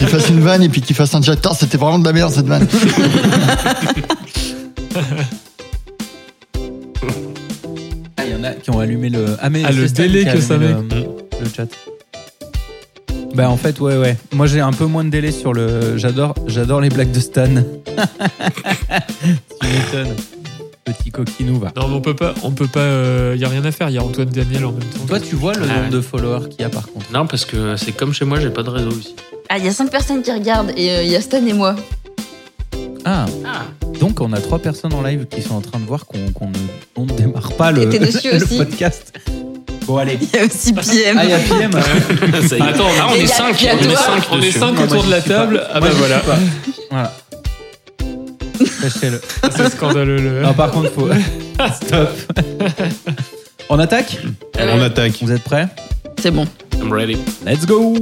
Qu'il fasse une vanne et puis qu'il fasse un jack. Tain, C'était vraiment de la merde cette vanne. Ah, il y en a qui ont allumé le. Ah, mais Ah, le c'est Stan délai qui a que ça allumé met. le, le chat. Bah, en fait, ouais, ouais. Moi, j'ai un peu moins de délai sur le. J'adore j'adore les blagues de Stan. tu m'étonnes. Petit coquinou, va. Non, mais on peut pas, on peut pas, euh, y a rien à faire. Il y a Antoine Daniel en même temps. Toi, tu vois le Ah, nombre ouais. de followers qu'il y a par contre. Non, parce que c'est comme chez moi, j'ai pas de réseau ici. Ah, il y a 5 personnes qui regardent et euh, il y a Stan et moi. Ah, Ah, donc on a trois personnes en live qui sont en train de voir qu'on qu'on ne, on ne démarre pas le, Et t'es dessus le aussi. podcast. Bon, allez. Il y a aussi PM. Ah, il y a PM. ça y est. Attends, Ah, on Et est y a- 5 y a on est toi. 5 on est cinq Non, moi, autour de j'y la suis pas. table. Ah Moi, bah j'y voilà, suis Voilà. Sachez-le. c'est scandaleux. le- Non, par contre, faut. Stop. Ah, On attaque On attaque. Vous êtes prêts C'est bon. I'm ready. Let's go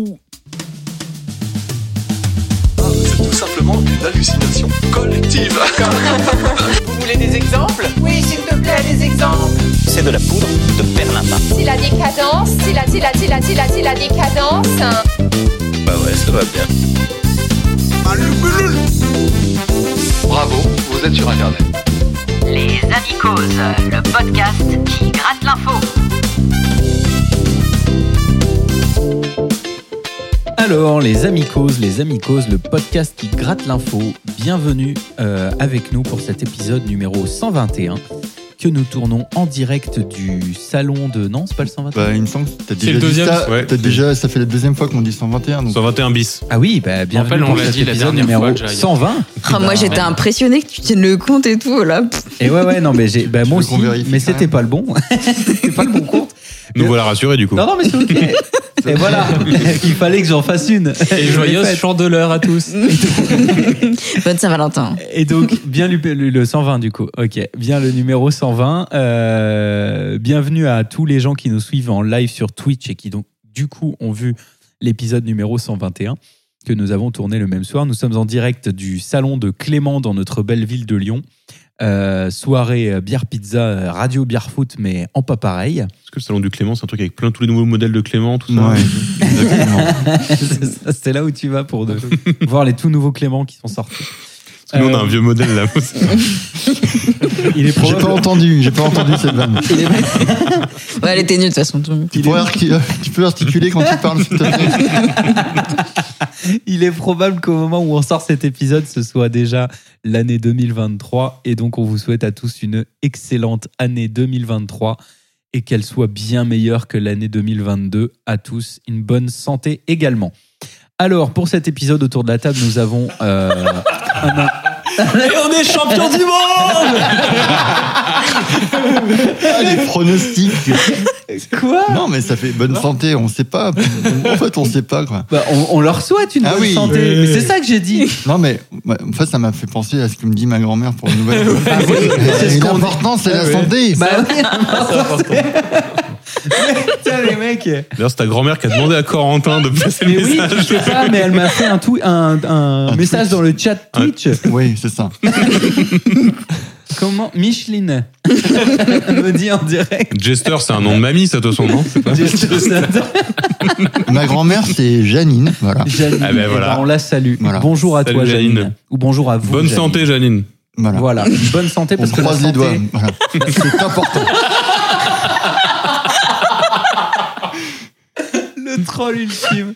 C'est tout simplement une hallucination collective. C'est de la poudre de perlimpin. C'est la décadence, c'est la, c'est la, c'est la, c'est la, c'est la décadence. Bah ouais, ça va bien. Bravo, vous êtes sur Internet. Les Amicos, le podcast qui gratte l'info. Alors, les Amicos, les Amicos, le podcast qui gratte l'info, bienvenue euh, avec nous pour cet épisode numéro 121 que nous tournons en direct du salon de... Non, c'est pas le 121 Bah, il me semble que t'as déjà le dit deuxième, ça. ouais. T'as déjà, ça fait la deuxième fois qu'on dit 121. Donc, 121 bis. Ah oui, bah, bienvenue rappelle, on pour l'a cet dit la épisode dernière numéro fois que j'arrive. 120. Ah, moi, Bah, j'étais ouais. impressionné que tu tiennes le compte et tout. Là. Pff, Et ouais, ouais, non, mais j'ai... Bah, Tu moi veux qu'on aussi, vérifie mais quand c'était même pas le bon. c'était pas le bon compte. Nous Mais- voilà rassurés du coup. Non, non, mais c'est ok. Et voilà, il fallait que j'en fasse une. Et Je l'ai joyeuse faite. chandeleur à tous. Bonne Saint-Valentin. Et donc, bien le, le- le 120 du coup. Ok, bien le numéro 120. Euh, bienvenue à tous les gens qui nous suivent en live sur Twitch et qui donc du coup ont vu l'épisode numéro 121 que nous avons tourné le même soir. Nous sommes en direct du salon de Clément dans notre belle ville de Lyon. Euh, soirée euh, bière pizza, euh, radio bière foot, mais en pas pareil. Est-ce que le salon du Clément, c'est un truc avec plein tous les nouveaux modèles de Clément, tout ça Ouais, exactement. C'est ça, c'est là où tu vas pour de- voir les tout nouveaux Clément qui sont sortis. Euh, Parce que nous, on a un vieux modèle là. Il est j'ai pas probable- entendu, j'ai pas entendu cette vanne. Ouais, elle était nulle de toute façon. Tu, pourrais arti- euh, tu peux articuler quand tu parles, s'il te plaît. Il est probable qu'au moment où on sort cet épisode, ce soit déjà l'année 2023. Et donc, on vous souhaite à tous une excellente année 2023 et qu'elle soit bien meilleure que l'année 2022. À tous, une bonne santé également. Alors, pour cet épisode autour de la table, nous avons. euh, un- Et on est champion du monde Ah, les pronostics. Quoi Non, mais ça fait bonne santé, on sait pas. En fait, on sait pas, quoi. Bah, on, on leur souhaite une Ah bonne oui. santé. Oui. Mais c'est ça que j'ai dit. Non, mais ouais, en fait, ça m'a fait penser à ce que me dit ma grand-mère pour une nouvelle. Ah oui, c'est ce qu'on dit. L'important, c'est la santé. Bah oui, putain, les mecs. D'ailleurs, c'est ta grand-mère qui a demandé à Corentin de passer le Mais oui, message. je sais pas, mais elle m'a fait un, tweet- un, un Un message tweet. dans le chat Twitch. Oui, c'est ça. Comment Micheline me dit en direct. Jester, c'est un nom de mamie, ça, de toute façon, non C'est Bah, pas- Ma grand-mère, c'est Janine. Voilà. Janine, Ah ben voilà. eh ben on la salue. Voilà. Bonjour à Salut, toi, Janine. Janine. Ou bonjour à vous. Bonne Janine. santé, Janine. voilà. Voilà, bonne santé On parce que la croise les santé- doigts. Voilà. C'est important. Le troll ultime.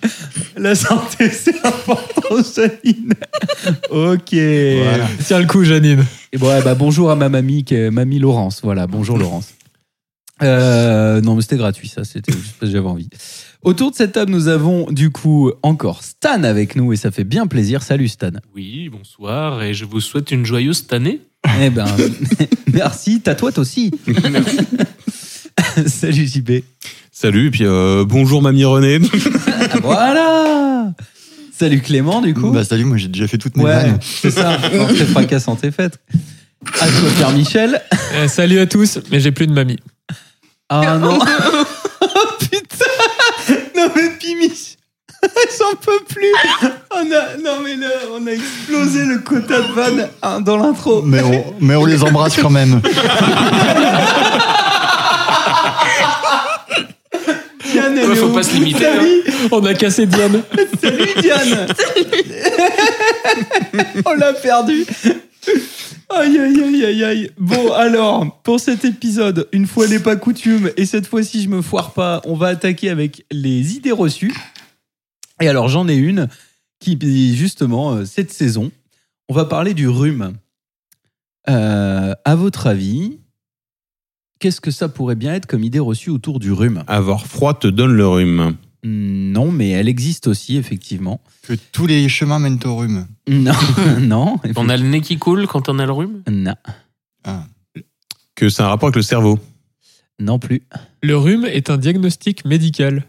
La santé, c'est important, Janine. Ok. Voilà. Tiens le coup, Janine. Et bon, ouais, bah, bonjour à ma mamie, qui est- mamie Laurence. Voilà, bonjour Laurence. Euh, non, mais c'était gratuit, ça. C'était juste parce que j'avais envie. Autour de cette table, nous avons du coup encore Stan avec nous et ça fait bien plaisir. Salut Stan. Oui, bonsoir, et je vous souhaite une joyeuse année. Eh ben, merci. T'as toi, toi aussi. Salut JB. Salut, et puis euh, bonjour, mamie Renée. Voilà. Salut Clément, du coup. Bah, salut, moi, j'ai déjà fait toutes mes ouais, vannes. c'est ça. Ah, On se fait fracassant tes fêtes. À toi, Pierre Michel. Euh, salut à tous, mais j'ai plus de mamie. Ah non. oh putain. Non mais Pimich. J'en peux plus. On a, non mais là, on a explosé le quota de vannes hein, dans l'intro. Mais on, mais on les embrasse quand même. Diane, elle Ouais, est faut au pas se bout de limiter, sa hein. vie. On a cassé Diane. Salut Diane On l'a perdu Aïe, aïe, aïe, aïe, aïe. Bon, alors, pour cet épisode, une fois n'est pas coutume, et cette fois-ci, je me foire pas, on va attaquer avec les idées reçues. Et alors, j'en ai une qui, justement, euh, cette saison, on va parler du rhume. Euh, à votre avis, qu'est-ce que ça pourrait bien être comme idée reçue autour du rhume Avoir froid te donne le rhume. Non, mais elle existe aussi, effectivement. Que tous les chemins mènent au rhume. Non, non. On a le nez qui coule quand on a le rhume Non, Que c'est un rapport avec le cerveau. non plus. Le rhume est un diagnostic médical.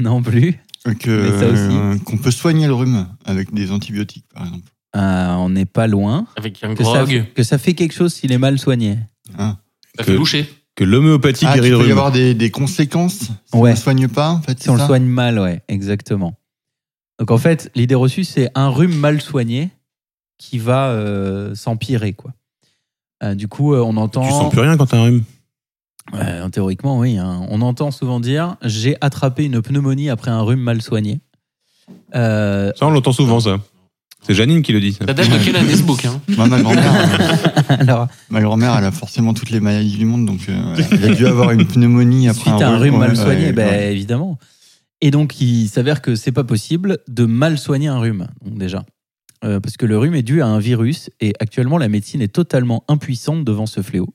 Non plus. Euh, Mais ça aussi. que- Qu'on peut soigner le rhume avec des antibiotiques, par exemple. Euh, on n'est pas loin. Avec un Que ça, grog. que ça fait quelque chose s'il est mal soigné. Ça fait Que- boucher. Que l'homéopathie Ah, guérit il le peut y rhume. avoir des, des conséquences si on Ouais. ne soigne pas, en fait, Si c'est on le ça soigne mal, ouais, exactement. Donc en fait, l'idée reçue, c'est un rhume mal soigné qui va euh, s'empirer, quoi. Euh, du coup, euh, on entend. Tu sens plus rien quand t'as un rhume. Euh, théoriquement, oui. hein. On entend souvent dire j'ai attrapé une pneumonie après un rhume mal soigné. Euh, Ça, on l'entend souvent, ça. C'est Janine qui le dit. ça. Ça date de quelle année ce bouquin Moi, Bah, ma grand-mère, euh, alors, ma grand-mère, elle a forcément toutes les maladies du monde, donc euh, elle a dû avoir une pneumonie après suite à un rhume mal ouais, soigné, ouais, ben, ouais. évidemment. Et donc, il s'avère que c'est pas possible de mal soigner un rhume, donc déjà. Euh, parce que le rhume est dû à un virus et actuellement, la médecine est totalement impuissante devant ce fléau.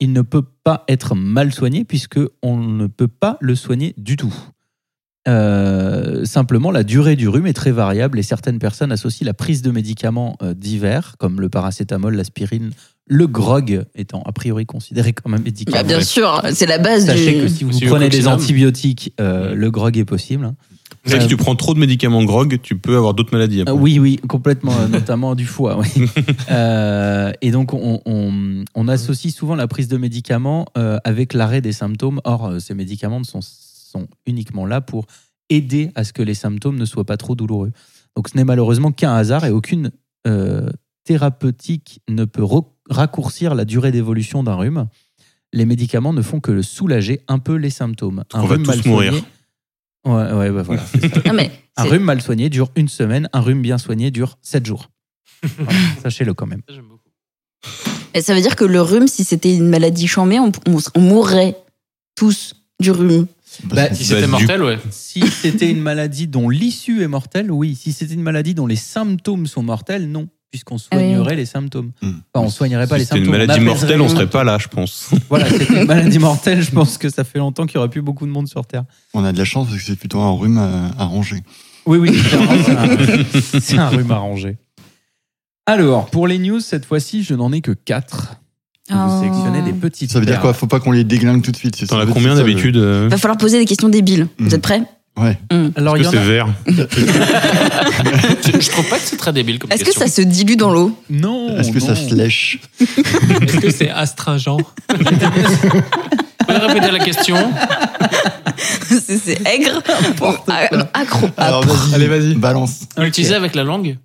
Il ne peut pas être mal soigné puisque on ne peut pas le soigner du tout. Euh, simplement, la durée du rhume est très variable et certaines personnes associent la prise de médicaments euh, divers, comme le paracétamol, l'aspirine, le grog, étant a priori considéré comme un médicament. Bah, bien sûr, c'est la base Ah, Sachez que du. si vous Monsieur prenez des Coccinum. antibiotiques, euh, le grog est possible. hein. C'est vrai que si tu prends trop de médicaments grog, tu peux avoir d'autres maladies. après. Ah oui, oui, complètement, euh, notamment du foie. oui. Euh, et donc, on, on- on associe souvent la prise de médicaments euh, avec l'arrêt des symptômes. Or, euh, ces médicaments ne sont, sont uniquement là pour aider à ce que les symptômes ne soient pas trop douloureux. Donc, ce n'est malheureusement qu'un hasard et aucune euh, thérapeutique ne peut rec- raccourcir la durée d'évolution d'un rhume. Les médicaments ne font que le soulager un peu les symptômes. Un On va rhume tous mal soigné- mourir. Ouais, ouais, bah voilà. Non, mais. Un c'est- rhume mal soigné dure une semaine, un rhume bien soigné dure sept jours. Voilà, Sachez-le quand même. Ça, j'aime beaucoup. Et ça veut dire que le rhume, si c'était une maladie chambée, on, on- on mourrait tous du rhume. Bah, Si c'était du- mortel, ouais. Si c'était une maladie dont l'issue est mortelle, oui. Si c'était une maladie dont les symptômes sont mortels, non. Puisqu'on soignerait les symptômes. Hmm. Enfin, on soignerait pas Si les c'était symptômes. une maladie on mortelle, apaiserait- on serait pas là, je pense. Voilà, c'était une maladie mortelle. Je pense que ça fait longtemps qu'il n'y aurait plus beaucoup de monde sur Terre. On a de la chance parce que c'est plutôt un rhume euh, arrangé. Oui, oui, c'est un- c'est un rhume arrangé. Alors, pour les news, cette fois-ci, je n'en ai que quatre. Je vais Oh. Vous sélectionnez des petites. Ça veut dire perles. quoi Faut pas qu'on les déglingue tout de suite. c'est T'en ça, as c'est combien ça, le- d'habitude euh, Va falloir poser des questions débiles. Mhm. Mm. Vous êtes prêts Ouais. Alors, il Est-ce y que en c'est a... vert Je je trouve pas que c'est très débile comme Est-ce que question. ça se dilue dans l'eau Non Est-ce que ça Oh non. se lèche Est-ce que c'est astringent Vous pouvez répéter la question C'est c'est aigre pour accro. Ah, Alors vas-y, allez vas-y, balance. On l'utilisait Ok. avec la langue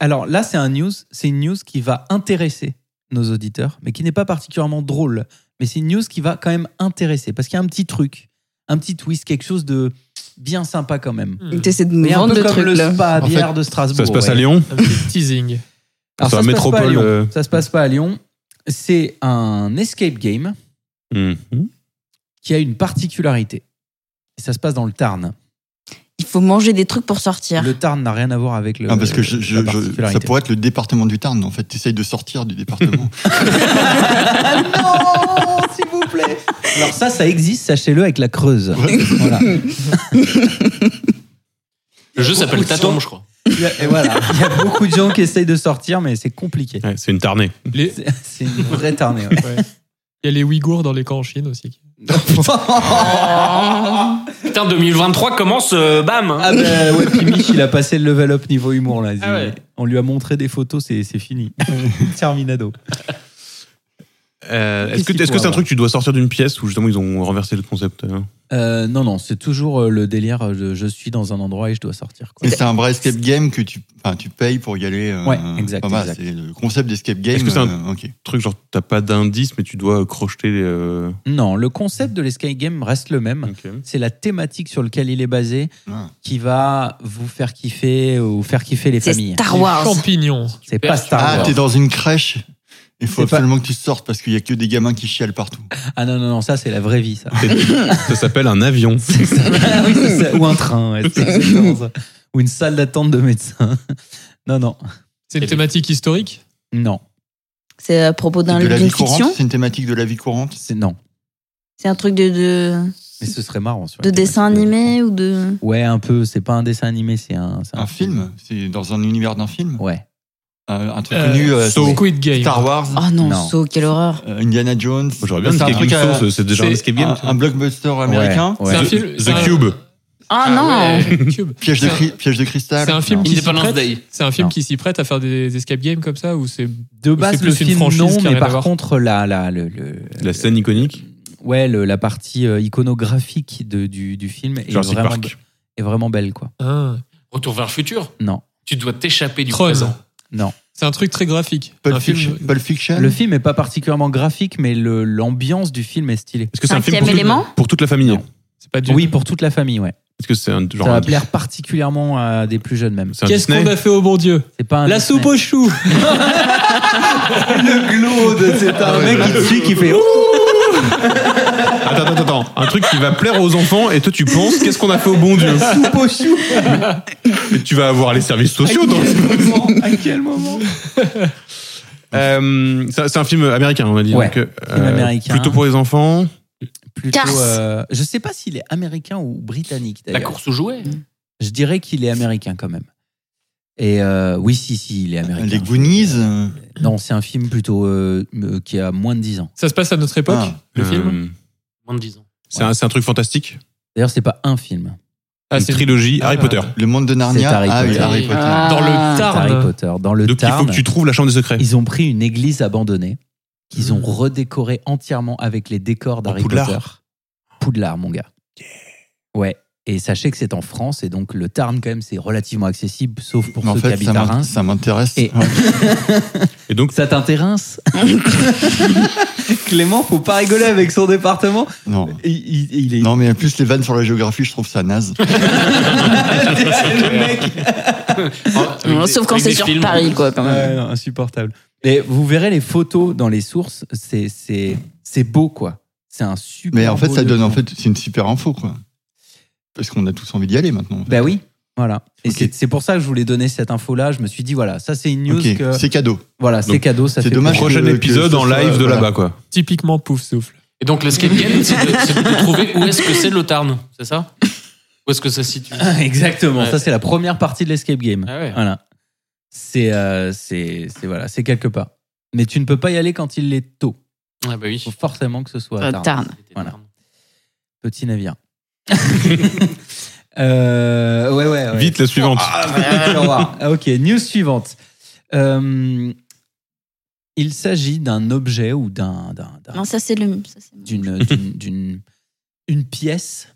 Alors là, c'est un news, c'est une news qui va intéresser nos auditeurs, mais qui n'est pas particulièrement drôle. Mais c'est une news qui va quand même intéresser parce qu'il y a un petit truc, un petit twist, quelque chose de bien sympa quand même. Donc, T'essaies de nous Mais un vendre peu le comme truc le là. spa à En bière de Strasbourg. Ça se passe à ouais. Lyon Un petit teasing. Alors, C'est ça un se passe pas à métropole, Lyon. euh. Ça se passe pas à Lyon. C'est un escape game Hmm. qui a une particularité. Et ça se passe dans le Tarn. Il faut manger des trucs pour sortir. Le Tarn n'a rien à voir avec le. Ah, parce que je- la je- je- ça particularité. pourrait être le département du Tarn. En fait, t'essayes de sortir du département. non, s'il vous plaît. Alors ça, ça existe, sachez-le, avec la Creuse. Voilà. Le Beaucoup jeu s'appelle de gens. Taton, je crois. Il y a- Et voilà, il y a beaucoup de gens qui essayent de sortir, mais c'est compliqué. Ouais, C'est une tarnée. Les- C'est c'est une vraie tarnée. ouais. ouais. Il y a les Ouïghours dans les camps en Chine aussi. Putain, 2023 commence, euh, bam hein. Ah ben ouais, puis Mich, il a passé le level up niveau humour là. Ah ouais. On lui a montré des photos, c'est c'est fini. Terminado. Euh, Est-ce Qu'est-ce que qu'il est-ce que faut c'est un avoir truc que tu dois sortir d'une pièce où justement ils ont renversé le concept euh Euh, non, non, c'est toujours euh, le délire euh, de je suis dans un endroit et je dois sortir. Quoi. Mais c'est un vrai escape game que tu, enfin, tu payes pour y aller. euh, Ouais, exact, enfin, voilà, exact. C'est le concept d'escape game. Est-ce que c'est un- euh, ok. Truc genre t'as pas d'indice mais tu dois crocheter. les, euh, Non, le concept de l'escape game reste le même. ok. C'est la thématique sur laquelle il est basé Ah. qui va vous faire kiffer ou faire kiffer les C'est familles. Star Les Wars. champignons. C'est pas Star Ah, Wars. t'es dans une crèche. Il faut C'est pas- absolument que tu sortes parce qu'il y a que des gamins qui chialent partout. Ah non, non, non, ça c'est la vraie vie, ça. ça s'appelle un avion. Ah oui, c'est ça. Ou un train, ouais, c'est exactement ça. Ou une salle d'attente de médecin. Non, non, C'est une thématique historique non, C'est à propos d'un C'est de la d'une vie courante. fiction. C'est une thématique de la vie courante. c'est non. C'est un truc de, de, Mais ce serait marrant. sur de une dessin thématique. animé ou de. Ouais, un peu. C'est pas un dessin animé, c'est un, c'est Un film. C'est dans un univers d'un film. Ouais. Euh, un truc Euh, connu. euh, So- Squid Game. Star Wars. Oh non, Non. So, quelle horreur. euh, Indiana Jones. J'aurais bien C'est dit un quelque truc à- chose. C'est déjà un c'est escape game. un, un blockbuster américain. Ouais, ouais. C'est un The- film- c'est The un- Cube. Ah, ouais, non Cube. Piège, de C'est un- cri- piège de cristal. C'est un film Non. qui s'y Independence prête. Day. C'est un film Non. qui s'y prête à faire des escape games comme ça ou c'est De C'est base, plus le une film, franchise qui non, a rien mais à par voir. contre, la, la, le, le- La scène iconique. ouais, le- la partie euh, iconographique de, du, du film est Jurassic vraiment, Park. est vraiment belle, quoi. Ah. Retour vers le futur Non. Tu dois t'échapper du Tron. présent. Non. C'est un truc très graphique. Pulp un Fiction. film. Pulp Fiction. Le film est pas particulièrement graphique, mais le- l'ambiance du film est stylée. Est-ce que c'est un film Cinquième pour, toute- élément pour toute la famille Non. C'est pas du. Oui, pour toute la famille, ouais. Est-ce que c'est un genre Ça va un- plaire particulièrement à des plus jeunes, même. c'est un Qu'est-ce Disney qu'on a fait au bon Dieu C'est pas un La Disney. soupe aux choux. Claude, c'est un mec qui te suit, qui fait oh, Attends, attends, attends. Un truc qui va plaire aux enfants et toi tu penses qu'est-ce qu'on a fait au bon Dieu Mais tu vas avoir les services sociaux dans À quel moment Euh, c'est c'est un film américain, on a dit. Ouais, donc, euh, film américain. Plutôt pour les enfants. Plutôt, Cars. euh, je sais pas s'il est américain ou britannique La d'ailleurs. course aux jouets. Je dirais qu'il est américain quand même. Et euh, oui, si, si, il est américain. Les Goonies. euh, Non, c'est un film plutôt euh, euh, qui a moins de 10 ans. Ça se passe à notre époque. Ah. Le Euh, film. Moins de 10 ans. C'est un, c'est un truc fantastique. D'ailleurs, c'est pas un film. Ah, une c'est trilogie Ah, Harry bah. Potter. Le monde de Narnia. C'est Harry Ah oui, Potter. Harry Potter. Ah. dans le C'est Harry Tarn. Potter. Dans le Donc il Tarn, faut que tu trouves la chambre des secrets. ils ont pris une église abandonnée qu'ils Mmh. ont redécorée entièrement avec les décors d'Harry Poudlard. Potter. Poudlard, mon gars. Ouais. Et sachez que c'est en France et donc le Tarn quand même c'est relativement accessible sauf pour Mais en ceux qui fait, habitent ça à m'in- Reims. ça m'intéresse. Et- Ouais. Et donc, Ça t'intéresse Clément, faut pas rigoler avec son département. Non. Il, il- il est Non, mais en plus, les vannes sur la géographie, je trouve ça naze. le mec Non, Sauf quand c'est sur Paris, quoi, quand même. Ouais, non, insupportable. Et vous verrez les photos dans les sources, c'est c'est c'est beau quoi. C'est un super. Mais en fait, beau ça donne, en document. fait, c'est une super info, quoi. Parce qu'on a tous envie d'y aller maintenant. en fait. Bah oui, voilà. Et Ok. c'est- c'est pour ça que je voulais donner cette info là. Je me suis dit voilà, ça c'est une news Ok, que c'est cadeau. voilà, c'est Donc, cadeau, ça c'est fait dommage. plaisir. prochain que- que épisode ce en soit- live de voilà. là-bas, quoi. Typiquement pouf souffle. Et donc l'escape game, c'est de, c'est de trouver où est-ce que c'est le Tarn, c'est ça Où est-ce que ça se situe Exactement. Ouais. Ça c'est la première partie de l'escape game. Ah ouais. Voilà. C'est euh, c'est c'est- voilà, c'est quelque part. Mais tu ne peux pas y aller quand il est tôt. Ah bah oui. Il faut forcément que ce soit Euh, tard. Tarn. Voilà. Petit navire. Euh, ouais, ouais, Ah, ouais. Vite la suivante. Au revoir. Ah, ok, news suivante. Euh, il s'agit d'un objet ou d'un, d'un- d'un- Non, ça, c'est le. ça, c'est- d'une, d'une, d'une- une pièce,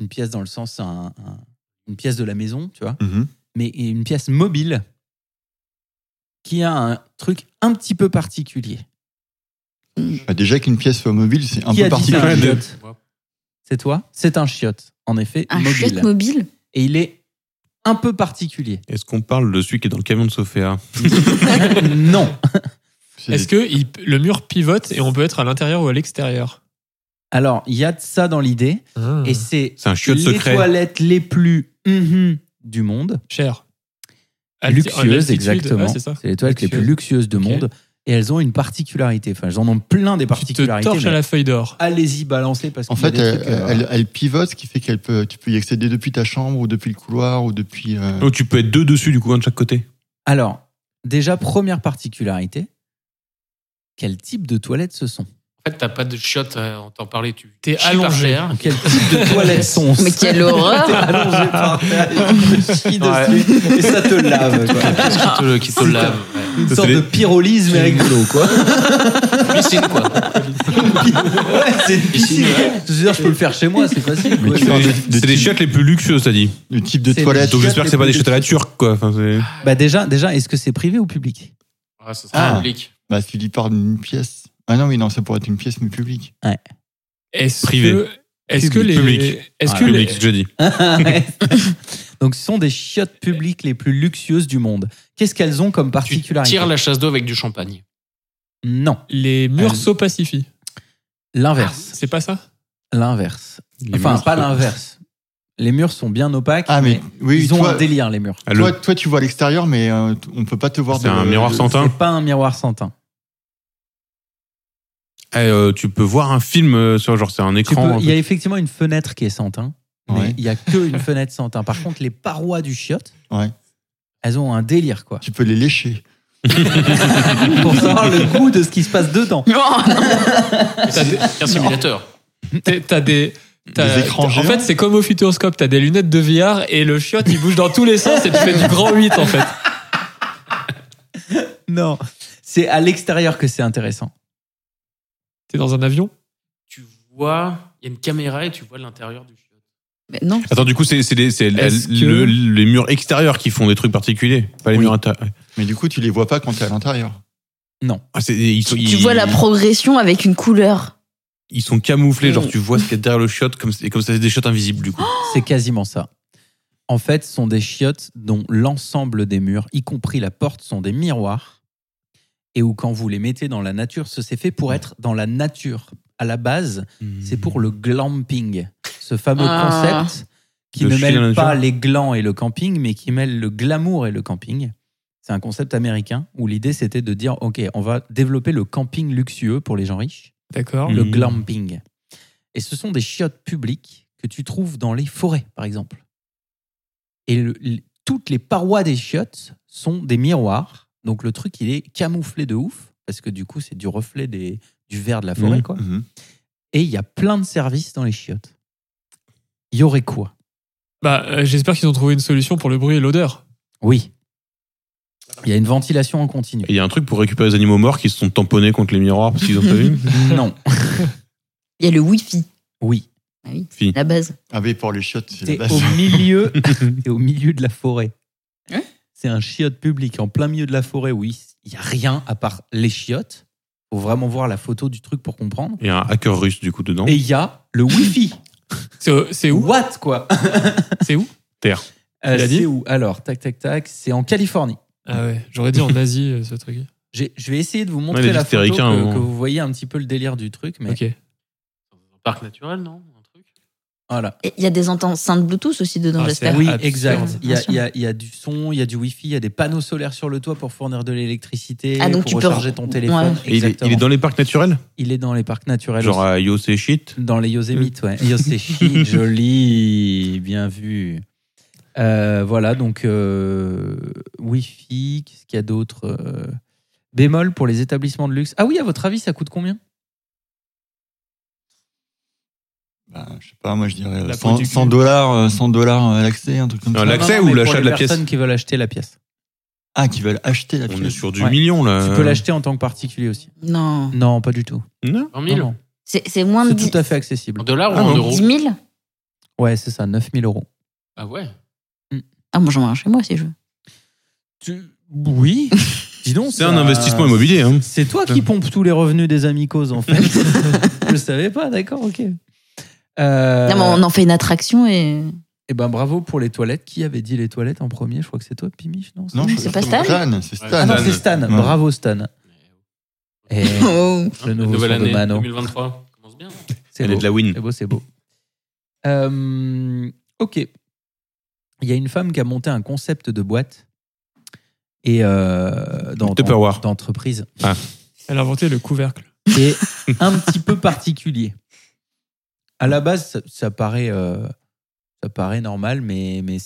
une pièce dans le sens un- un- une pièce de la maison, tu vois, Mhm. mais une pièce mobile qui a un truc un petit peu particulier. Bah, déjà qu'une pièce soit mobile, c'est un Qui peu a dit c'est un particulier. chiotte C'est toi C'est un chiotte, en effet, Un mobile. chiotte mobile Et il est un peu particulier. Est-ce qu'on parle de celui qui est dans le camion de Sophia non. C'est- Est-ce que il- le mur pivote et on peut être à l'intérieur ou à l'extérieur Alors, il y a de ça dans l'idée, Ah. et c'est C'est un Euh, chiotte les secret. toilettes les plus mhm du monde, cher. luxueuses Altitude, exactement. ouais, c'est ça. c'est les toilettes les plus luxueuses du monde, et elles ont une particularité. Enfin, elles en ont plein des Tu te particularités. torches à mais la feuille d'or. Allez-y balancer parce que En fait, elle, euh, elle- elle pivote, ce qui fait qu'elle peut, tu peux y accéder depuis ta chambre ou depuis le couloir ou depuis. euh, Donc tu peux être deux dessus, du coup, un de chaque côté. Alors, déjà première particularité, quel type de toilettes ce sont En fait, t'as pas de shot, euh, on t'en parlait. Tu T'es chies par allongé. terre. Quel type de toilettes sont Mais quelle horreur allongé par terre, et tu te chies dessus, et ça te lave. quoi. Qui te, qui te lave. ouais. Une Ça, sorte c'est de les- pyrolyse, mais avec de l'eau, quoi. Piscine, quoi. ouais, c'est une piscine. Piscine, ouais. Je veux dire, je peux le faire chez moi, c'est facile. quoi. C'est les- c'est les chiottes les plus luxueuses, t'as dit. Le type de C'est toilette. Donc j'espère que c'est pas des les chiottes à la turque, quoi. Enfin, c'est- Bah, déjà, déjà est-ce que c'est privé ou public Ouais, ça sera Ah. public. Bah, tu dis par d'une pièce. Ah non, oui, non, ça pourrait être une pièce, mais publique. Est-ce Privé. que, est-ce que les, Public. est-ce Ah, que Public, les- j'ai dit. Donc, ce sont des chiottes publiques les plus luxueuses du monde. Qu'est-ce qu'elles ont comme Tu particularité tires la chasse d'eau avec du champagne. Non, les murs Euh, s'opacifient Ah, l'inverse. C'est pas ça L'inverse. Enfin, pas l'inverse. Les murs sont bien opaques. Ah, mais oui, ils ont toi, un délire, les murs. Ah, le- toi, toi, tu vois à l'extérieur, mais euh, t- on peut pas te voir. C'est de- un miroir de- sans teint. C'est pas un miroir sans teint. Eh, euh, tu peux voir un film euh, sur genre c'est un Tu écran. peux- en il y a fait. effectivement une fenêtre qui est sans teint, mais Ouais. il y a que une fenêtre sans teint. Par contre, les parois du chiotte, Ouais. elles ont un délire quoi. Tu peux les lécher. Pour savoir le goût de ce qui se passe dedans. C'est un simulateur. T'es- T'as des. t'as- Des écrans en géants. fait, c'est comme au futuroscope, t'as des lunettes de VR et le chiotte il bouge dans tous les sens et tu fais du grand 8 en fait. Non, c'est à l'extérieur que c'est intéressant. T'es dans un avion Tu vois, il y a une caméra et tu vois l'intérieur du chiotte. Mais non. Attends, du coup, c'est c'est les, c'est la- Est-ce que- le- les murs extérieurs qui font des trucs particuliers, pas les Oui. murs intérieurs. Mais du coup, tu les vois pas quand t'es à l'intérieur. Ah, c'est- ils sont, Tu ils- vois la progression avec une couleur. Ils sont camouflés, genre tu Mm. vois ce qu'il y a derrière le shot, comme, et comme ça c'est des shots invisibles du coup. C'est quasiment ça. En fait, ce sont des chiottes dont l'ensemble des murs, y compris la porte, sont des miroirs. Et où quand vous les mettez dans la nature, ce c'est fait pour être dans la nature. À la base, c'est pour le glamping, ce fameux Ah. concept qui Le ne chien à la mêle nature. pas les glands et le camping, mais qui mêle le glamour et le camping. C'est un concept américain où l'idée c'était de dire ok, on va développer le camping luxueux pour les gens riches, D'accord. le Mhm. glamping. Et ce sont des chiottes publiques que tu trouves dans les forêts, par exemple. Et le- le- toutes les parois des chiottes sont des miroirs, donc le truc il est camouflé de ouf parce que du coup c'est du reflet des, du vert de la forêt Mhm. quoi Mhm. et il y a plein de services dans les chiottes. Il y aurait quoi Bah, euh, j'espère qu'ils ont trouvé une solution pour le bruit et l'odeur. Oui. Il y a une ventilation en continu. Et Il y a un truc pour récupérer les animaux morts qui se sont tamponnés contre les miroirs parce qu'ils ont pas vu. Non. Il y a le wifi Oui. Fille. à la base. Ah, mais pour les chiottes, c'est la T'es base. au milieu, t'es au milieu de la forêt. Hein C'est un chiotte public en plein milieu de la forêt où il n'y a rien à part les chiottes. Faut vraiment voir la photo du truc pour comprendre. Et un hacker russe du coup dedans. Et il y a le Wi-Fi. C'est euh, c'est où What quoi C'est où Terre. Euh, Il a dit C'est où Alors, tac tac tac. C'est en Californie. Ah ouais, j'aurais dit en Asie euh, ce truc. J'ai- Je vais essayer de vous il montrer a dit la c'était photo que, ricain, à un moment. que vous voyez un petit peu le délire du truc, mais Ok. Parc naturel, non Un truc voilà. Et Il y a des enceintes Bluetooth aussi dedans, Ah, j'espère. c'est- Oui, Absurde. exact. Il y, a, Bien sûr. il y a- il y a du son, il y a du wifi, il y a des panneaux solaires sur le toit pour fournir de l'électricité, Ah, donc pour tu peux recharger re- ton téléphone. ouais. Et il, est, Exactement. il est dans les parcs naturels les parcs naturels. Genre aussi. à Yo c'est shit. Dans les Yosemite, ouais. Yosemite, joli, bien vu. Euh, voilà, donc euh, Wi-Fi, qu'est-ce qu'il y a d'autre Euh, Bémol pour les établissements de luxe. Ah oui, à votre avis, ça coûte combien Bah, je sais pas, moi je dirais euh, La 100, peau du cul. 100 dollars, euh, 100 dollars à l'accès, un truc comme Non, ça. la- L'accès Non, non, ou mais l'achat pour de les la pièce personnes qui veulent acheter la pièce. Ah, qui veulent acheter la On est pièce. sur du Ouais. million là. Tu peux l'acheter en tant que particulier aussi. Non. Non, pas du tout. 20 Non, 000 non. C'est c'est moins de C'est 10, tout à fait accessible. En dollars Ah ou en bon. euros 10 000 Ouais, c'est ça, 9000 euros. Ah ouais. Ah, moi j'en ai un chez moi si je veux. Tu- Oui. Dis donc. C'est ça- un investissement immobilier. Hein. C'est toi qui pompe tous les revenus des amicos, en fait. Je le savais pas, d'accord, ok. Euh, Non, mais on en fait une attraction et. Eh ben bravo pour les toilettes. Qui avait dit les toilettes en premier Je crois que c'est toi, Pimiche, non Non, je- C'est pas Stan C'est Stan. Ah non, c'est Stan. Ouais. Bravo Stan. Eh, Et Oh. le nouveau nouvelle son de année Mano. Mm. 2023 commence bien. C'est Elle est beau, de la win. c'est beau, c'est beau. Euh, ok. Il y a une femme qui a monté un concept de boîte et euh, dans- dans- Tupperware. d'entreprise Elle a inventé le couvercle. qui est un petit peu particulier. À la base, ça, ça paraît, euh, ça paraît normal, mais mais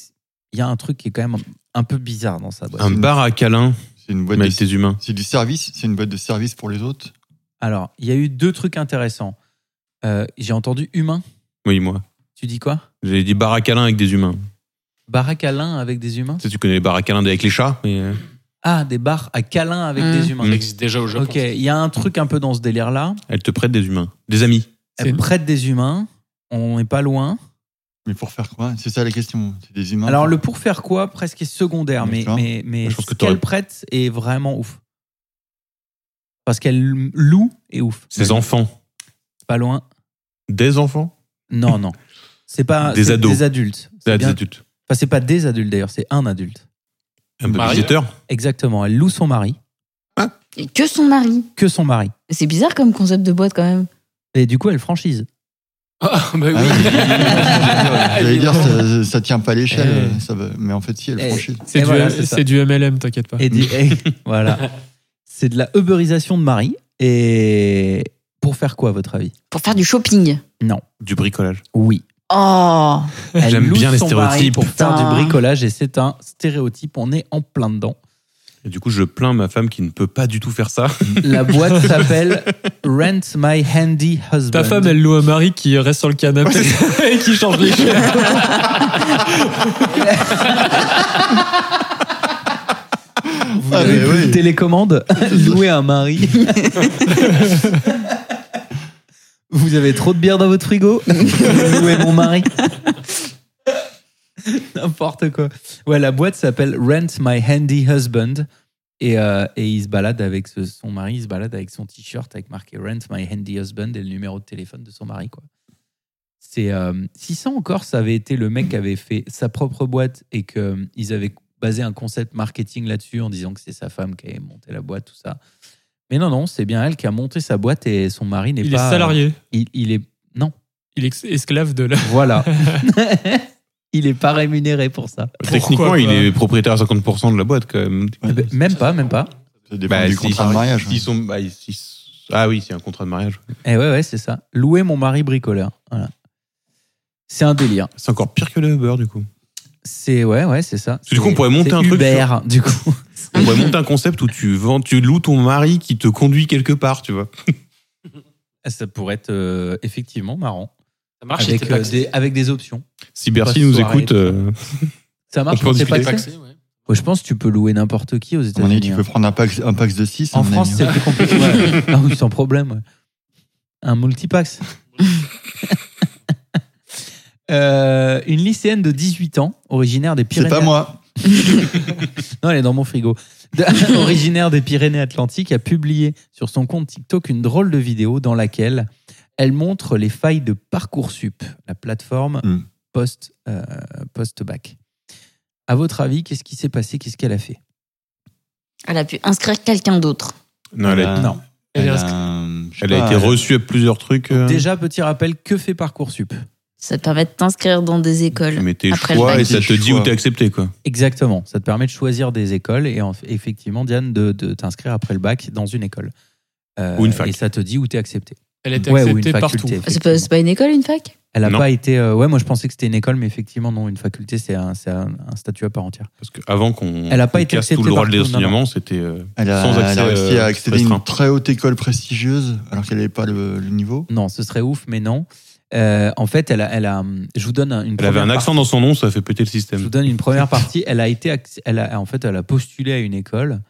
il y a un truc qui est quand même un, un peu bizarre dans sa boîte. Un bar à câlin, C'est une boîte mais de... avec des humains. C'est du service, c'est une boîte de service pour les autres. Alors, il y a eu deux trucs intéressants. Euh, J'ai entendu humain. Oui, moi. Tu dis quoi J'ai dit bar à câlin avec des humains. Baraque à l'un avec des humains Tu sais, tu connais les bar à câlin avec les chats. mais, euh, Ah, des bars à câlin avec Mm. des humains. Mm. Ça existe déjà au Japon. Ok, il y a un truc un peu dans ce délire-là. Elle te prête des humains, des amis. Elle prête des humains. On n'est pas loin. Mais pour faire quoi C'est ça la question. C'est des humains. Alors, le pour faire quoi, presque est secondaire, mais, D'accord. mais, mais Moi, je ce pense que qu'elle t'aurais- prête est vraiment ouf. Parce qu'elle loue et ouf. Ses enfants. Pas loin. Des enfants Non, non. C'est pas Des c'est ados. Des adultes. C'est Des bien- adultes. Enfin, c'est pas des adultes d'ailleurs, c'est un adulte. Un Mariés. babysitter. Exactement. Elle loue son mari, Et que son mari. que son mari. C'est bizarre comme concept de boîte quand même. Et du coup, elle franchise. Ah, bah Ah oui. Ah J'allais oui. dire, ça, ça tient pas à l'échelle. Eh. ça va- Mais en fait, si, elle Eh. franchit. C'est Et du, voilà, c'est ça. c'est du MLM, t'inquiète pas. Et dit, et- voilà. C'est de la uberisation de mari. Et pour faire quoi, à votre avis Pour faire du shopping. Du bricolage. Oui. Oh Elle J'aime loue bien les son mari stéréotypes. pour faire Putain. du bricolage et c'est un stéréotype. On est en plein dedans. Et du coup, je plains ma femme qui ne peut pas du tout faire ça. La boîte s'appelle Rent My Handy Husband. Ta femme, elle loue un mari qui reste sur le canapé et qui change les chaises. vous Ah, avez mais plus oui. de télécommande, louer un mari. vous avez trop de bière dans votre frigo, louez mon mari. N'importe quoi. Ouais, la boîte s'appelle Rent My Handy Husband. Et, euh, et il se balade avec ce- son mari, il se balade avec son t-shirt avec marqué Rent My Handy Husband et le numéro de téléphone de son mari. Quoi. C'est euh, si ça encore, ça avait été le mec qui avait fait sa propre boîte et que euh, ils avaient basé un concept marketing là-dessus en disant que c'est sa femme qui avait monté la boîte, tout ça. Mais non, non, c'est bien elle qui a monté sa boîte et son mari n'est Il est pas euh, salarié. Il, il est non, Il est ex- esclave de la. voilà. il est pas rémunéré pour ça. Techniquement, pas il est propriétaire à 50% de la boîte quand même. Même pas, même pas. Ça dépend du s'ils contrat sont- de mariage. hein. s'ils sont- bah, ils- s'ils- ah oui, c'est un contrat de mariage. Eh ouais, ouais, c'est ça. Louer mon mari bricoleur. Voilà. C'est un délire. C'est encore pire que le Uber du coup. C'est ouais, ouais, c'est ça. que du coup, on C'est- pourrait monter c'est un truc Uber, du coup. On pourrait monter un concept où tu vends, tu loues ton mari qui te conduit quelque part, tu vois. Ça pourrait être euh, effectivement marrant Ça marche, avec, c'était euh, pas des, avec des options. Si Pas Bercy nous soirée, écoute, tout ça. euh, Ça marche. On peut en c'est pas discuter. taxé Ouais, je pense que tu peux louer n'importe qui aux À mon avis, États-Unis. tu hein. peux prendre un pack, un pack de 6. En France, hein. c'est plus compliqué. Ouais. Ah oui, sans problème. ouais. Un multipax. Euh, une lycéenne de 18 ans, originaire des c'est Pyrénées. pas moi. Non, elle est dans mon frigo. De- originaire des Pyrénées-Atlantiques, a publié sur son compte TikTok une drôle de vidéo dans laquelle elle montre les failles de Parcoursup, la plateforme Hmm. post, euh, post-bac. À votre avis, qu'est-ce qui s'est passé Qu'est-ce qu'elle a fait Elle a pu inscrire quelqu'un d'autre. non, elle, a, Euh, Non. Elle, Elle est a, inscrite. je sais elle a pas, été elle- reçue à plusieurs trucs. euh, Déjà, petit rappel, que fait Parcoursup Ça te permet de t'inscrire dans des tu écoles. mets tes Après le choix bac. et ça te Tes dit où choix. t'es accepté, quoi. Exactement, ça te permet de choisir des écoles et en- effectivement, Diane, de, de t'inscrire après le bac dans une école. Euh, Ou une fac. Et ça te dit où t'es accepté. Elle était Ouais, ou acceptée une partout. faculté. C'est pas, c'est pas une école, une fac Elle n'a Non. pas été. euh, ouais, moi je pensais que c'était une école, mais effectivement, non, une faculté, c'est un, c'est un- un statut à part entière. Parce qu'avant qu'on Elle a pas qu'on été casse tout acceptée le droit de partout, non, l'enseignement, c'était. euh, Elle a, Sans accès, elle a réussi euh, à accéder à restreint. une très haute école prestigieuse alors qu'elle n'avait pas le, le niveau. Non, ce serait ouf, mais non. Euh, en fait, elle a, elle a. Je vous donne une. elle avait première un accent dans son nom, ça a fait péter le Je vous système. donne une première partie. Elle a été, acc- elle a, en fait, elle a postulé à une école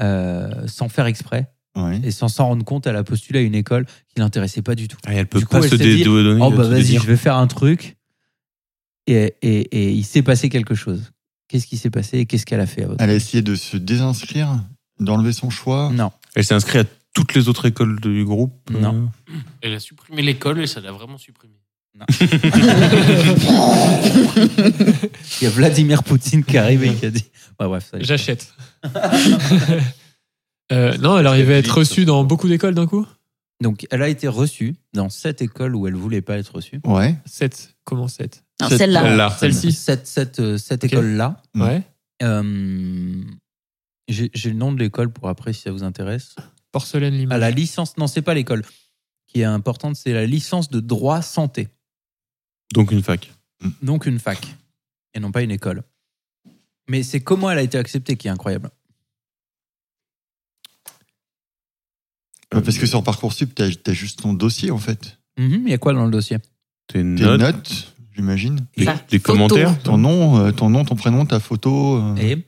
euh, sans faire exprès Ouais. et sans s'en rendre compte. Elle a postulé à une école qui l'intéressait pas du tout. Ah, elle peut Du coup, pas elle se s'est dé- dit, donner. Oh bah se vas-y, dédire. je vais faire un truc. Et, et, et il s'est passé quelque chose. Qu'est-ce qui s'est passé et qu'est-ce qu'elle a fait à votre Elle a essayé de se désinscrire, d'enlever son choix. Non. Elle s'est inscrite à toutes les autres écoles du groupe. euh, Non. Elle a supprimé l'école et ça l'a vraiment supprimé. Il y a Vladimir Poutine qui arrive et qui a dit. Ouais, bref, ça y est. J'achète. Euh, non, elle arrivait à être reçue dans beaucoup d'écoles d'un coup Donc elle a été reçue dans cette école où elle voulait pas être reçue. Mm. Ouais. 7. Comment 7 Non, Cette- celle-là. Là. Celle-ci Cette, cette, euh, cette Ok. école-là. Non. Ouais. euh, J'ai j'ai le nom de l'école pour après si ça vous intéresse. Porcelaine À Limoges. la licence, non, c'est pas l'école qui est importante, c'est la licence de droit santé. Donc une fac. donc une fac et non pas une école. Mais c'est comment elle a été acceptée qui est incroyable. Euh, Ouais, Parce que sur Parcoursup, t'as as juste ton dossier en fait. Mhm, Il y a quoi dans le dossier Tes Tes notes, notes, j'imagine. des, Ça. des Photo. commentaires. Mhm. Ton nom, euh, ton nom, ton prénom, ta photo. euh, Et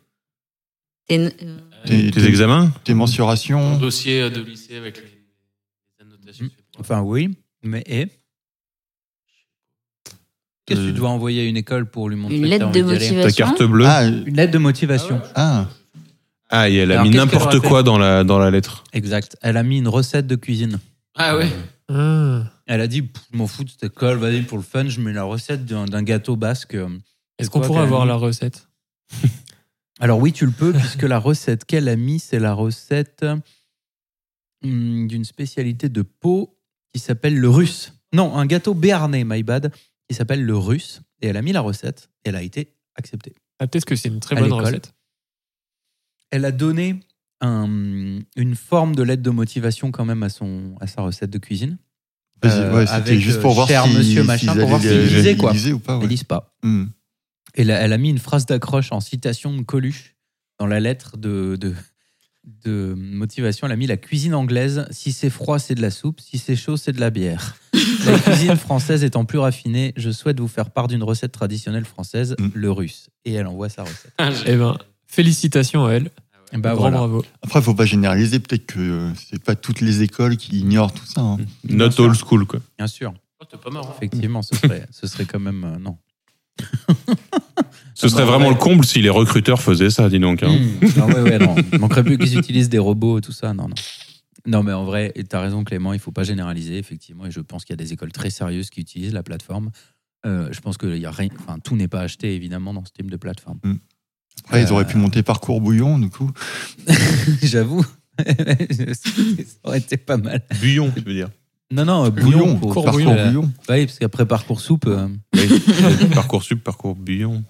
T'es- euh, Tes, Tes tes, examens tes Euh, Mon mensurations. dossier de lycée avec les, les annotations. Enfin, oui, mais et Qu'est-ce que Euh, tu dois envoyer à une école pour lui montrer Une que t'as lettre envie de d'y aller Ta motivation. carte bleue Ah, Une lettre de motivation. ah, Ah, et elle a Alors, mis qu'est-ce qu'elle n'importe aurait quoi dans la, dans la lettre. Exact. Elle a mis une recette de cuisine. Ah ouais Hmm. Elle a dit, Pff, je m'en fous de cette école, vas-y, pour le fun, je mets la recette d'un d'un gâteau basque. Est-ce qu'on Quoi pourrait qu'elle avoir aime. la recette Alors oui, tu le peux, puisque la recette qu'elle a mise, c'est la recette hum, d'une spécialité de Pau qui s'appelle le russe. Non, un gâteau béarnais, my bad, qui s'appelle le russe. Et elle a mis la recette, et elle a été acceptée. ah, Peut-être que c'est une très À bonne l'école. recette. Elle a donné un- une forme de lettre de motivation quand même à, son, à sa recette de cuisine. vas-y, Euh, ouais, c'était avec, juste euh, pour voir cher si, monsieur s'ils machin, pour allaient voir s'ils les- lisaient, quoi. les lisaient ou pas. ouais. Ils lisent pas. Hmm. Et là, elle a mis une phrase d'accroche en citation de Coluche dans la lettre de, de, de motivation. Elle a mis la cuisine anglaise. Si c'est froid, c'est de la soupe. Si c'est chaud, c'est de la bière. La cuisine française étant plus raffinée, je souhaite vous faire part d'une recette traditionnelle française, Mm. le russe. Et elle envoie sa recette. Ah, Eh ben, félicitations à elle. Bah, Grand voilà. bravo. Après, faut pas généraliser. Peut-être que euh, c'est pas toutes les écoles qui ignorent tout ça. hein. Hmm. Not Bien sûr. old school, quoi. Bien sûr, Oh, T'es pas marrant. effectivement, ce serait, ce serait quand même. euh, non. Ah, Ce serait bah, vraiment ouais. le comble si les recruteurs faisaient ça, dis donc. hein. Mm. Ah ouais, ouais, non. Il manquerait plus qu'ils utilisent des robots et tout ça. Non, non. Non, mais en vrai, tu as raison, Clément, il faut pas généraliser, effectivement. Et je pense qu'il y a des écoles très sérieuses qui utilisent la plateforme. Euh, je pense que y a rien, enfin, tout n'est pas acheté, évidemment, dans ce type de plateforme. Après, ils auraient Euh, pu monter parcours bouillon, du coup. J'avoue. ça aurait été pas mal. Hmm. Buillon, tu veux dire. Non, non, euh, bouillon. Bouillon, pour- cours par- Parcours bouillon. bouillon. Oui, parce qu'après parcours soupe. euh, parcours sup, parcours buillon.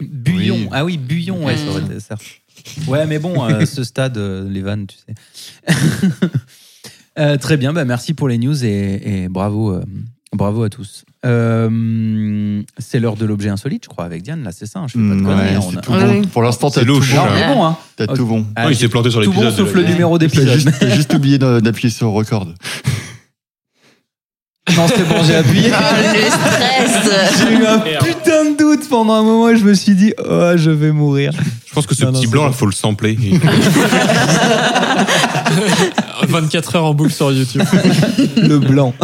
Buillon. Oui. Ah oui, Buillon, ouais, ça aurait été ça. Ouais, mais bon, euh, ce stade, euh, les vannes, tu sais. Euh, très bien, bah, merci pour les news et, et bravo, euh, bravo à tous. Euh, c'est l'heure de l'objet insolite, je crois, avec Diane. Là, c'est ça, hein, je fais pas de Hmm, conneries. ouais, on c'est a- tout Ouais, bon. ouais. Pour l'instant, C'est t'as tout, louche, bon. Non, là. c'est bon, hein. T'as Ok. tout bon. Ah, Oh, il j'ai s'est planté sur tout bon l'épisode. sauf de le la- numéro T'as d'épisode. juste, t'as juste oublié de- d'appuyer sur record. non, c'est bon, j'ai appuyé. Ah, le stress J'ai eu un putain de doute pendant un moment et je me suis dit, oh, je vais mourir. Je pense que ce Non, non, petit c'est blanc, bon. là, faut le sampler. 24 Euh, heures en boucle sur YouTube. Le blanc.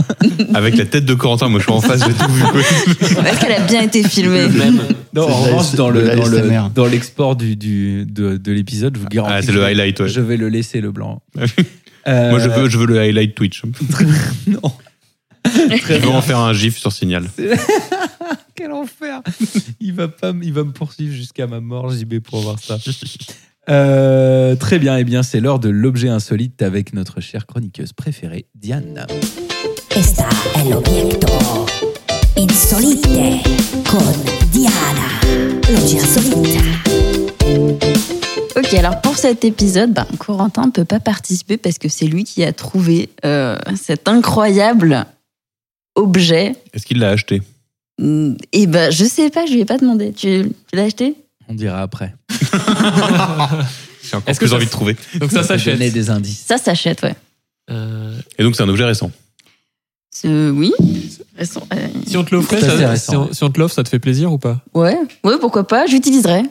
Avec la tête de Corentin, moi, je suis en face, j'ai tout vu. quoi. Parce qu'elle a bien été filmée. Non, C'est en de la revanche, S- dans de le, la dans SMR. le- dans l'export du, du- de, de l'épisode, je vous garantis. Ah, c'est que le je- highlight, ouais. Je vais le laisser, le blanc. Euh, Moi, je veux, je veux le highlight Twitch. Non, Je veux en faire un gif sur Signal. quel enfer il va, pas, m- il va me poursuivre jusqu'à ma mort, JB, pour voir ça. Euh, très bien, et bien, c'est l'heure de l'objet insolite avec notre chère chroniqueuse préférée, Diane. Esta è l'obietto insolite con Diana. L'oggi insolita. Ok, alors pour cet épisode, ben, Corentin ne peut pas participer parce que c'est lui qui a trouvé euh, cet incroyable objet. Est-ce qu'il l'a acheté Mm, Et ben, je sais pas, je lui ai pas demandé. Tu, tu l'as acheté On dira après. J'ai encore Est-ce que plus ça- envie de trouver. Donc ça Je vais donner s'achète. des indices. Ça s'achète, ouais. Euh, Et donc, c'est un objet récent. Ce- oui. Elles sont- euh, si on te l'offrait, C'est ça- intéressant. si, on- si on te l'offre, ça te fait plaisir ou pas ouais, ouais, pourquoi pas, j'utiliserai.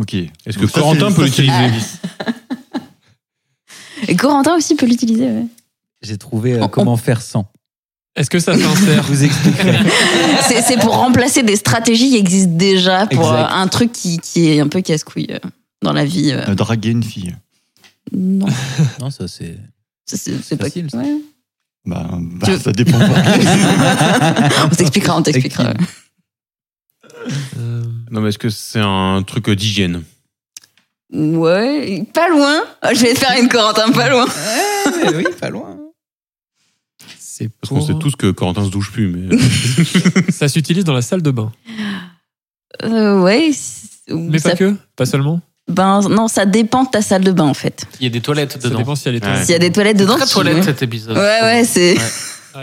Ok. Est-ce que Donc ça, Corentin c'est- peut ça, c'est- l'utiliser Ah. Et Corentin aussi peut l'utiliser, ouais. J'ai trouvé Oh, euh, comment faire sans. Est-ce que ça s'insère Vous expliquerai. C'est c'est pour remplacer des stratégies qui existent déjà pour Exact. euh, un truc qui, qui est un peu casse-couille euh, dans la vie. euh. Euh, Draguer une fille. Non, non, ça c'est. ça, c'est c'est pas Facile, ça. ouais. Bah, bah, Tu- ça dépend. On t'expliquera, on t'expliquera. ouais. Euh, Non, mais est-ce que c'est un truc d'hygiène Ouais, pas loin. Oh, je vais te faire une Corentin, pas loin. Eh oui, pas loin. C'est Parce qu'on Oh. pour- sait tous que Corentin se douche plus, mais Ça s'utilise dans la salle de bain. Euh, ouais. c'est- Mais ça- pas que, pas seulement. Ben, non, ça dépend de ta salle de bain en fait. Il y a des toilettes Ça dedans. dépend si elle est Ouais. S'il y a des toilettes dedans, Très tu- toilette cet épisode. Ouais, ouais, c'est. Ah,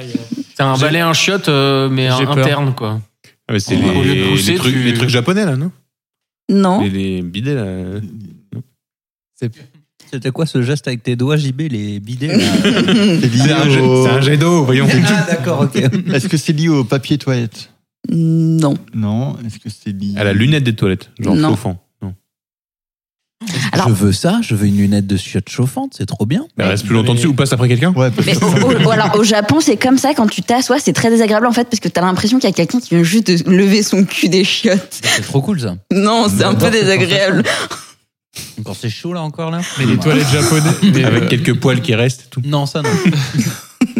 C'est un balai, un shot, euh, mais J'ai peur. interne, quoi. Ah, mais c'est Au lieu de les, pousser, les trucs, tu- les trucs japonais, là, non Non. les, les bidets, là. C'était quoi ce geste avec tes doigts, JB, les bidets C'est lié jet- au- c'est jet d'eau, voyons. Ah, d'accord, ok. Est-ce que c'est lié au papier toilette Non. Non. Est-ce que c'est lié À la lunette des toilettes, genre Non. chauffant. Non. Ah, Alors- je veux ça, je veux une lunette de chiottes chauffante, c'est trop bien. Elle reste plus longtemps dessus ou passe après quelqu'un Ouais, parce Mais que- au, au- alors, au Japon, c'est comme ça, quand tu t'assois, c'est très désagréable en fait, parce que t'as l'impression qu'il y a quelqu'un qui vient juste de lever son cul des chiottes. C'est trop cool ça. Non, c'est un peu désagréable. Encore c'est chaud là encore là. Mais les toilettes japonaises. mais, euh, Avec quelques poils qui restent et tout. Non, ça non.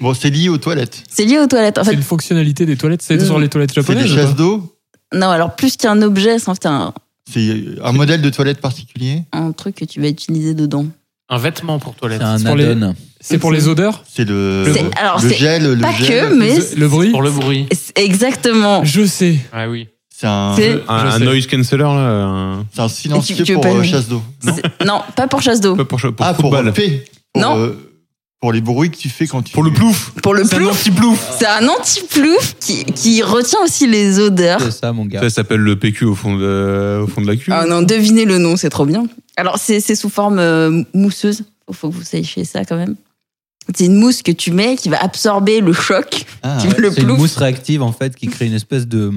Bon, c'est lié aux toilettes. C'est lié aux toilettes. En C'est fait, une fonctionnalité des toilettes. C'est Mm. sur les toilettes C'est des japonaises. ou pas chasses d'eau. non, alors plus qu'un objet, c'est en fait un, C'est un modèle de toilette particulier. un truc que tu vas utiliser dedans. Un vêtement pour toilette. C'est un pour les- add-on. C'est pour les odeurs. C'est le, C'est- alors, le c'est gel, le Pas gel. que, mais Le- le bruit. Pour le bruit. c'est- exactement. Je sais. Ah oui. C'est un, C'est- Un, Je un sais. noise canceller, là. un- c'est un silencieux tu veux pour pas euh, le- chasse d'eau. Non. c'est- Non, pas pour chasse d'eau. Pas pour, pour ah, pour football. le P. Pour, Non. euh, pour les bruits que tu fais quand tu. Pour le plouf. Pour le C'est un plouf, anti-plouf. c'est un anti-plouf qui, qui retient aussi les odeurs. C'est ça mon gars. Ça, ça s'appelle le PQ au fond de, au fond de la queue. Ah non, devinez le nom, c'est trop bien. Alors, c'est c'est sous forme euh, mousseuse. Il faut que vous sachiez ça quand même. C'est une mousse que tu mets qui va absorber le choc. Ah, Tu veux le C'est une plouf. mousse réactive en fait qui crée une espèce de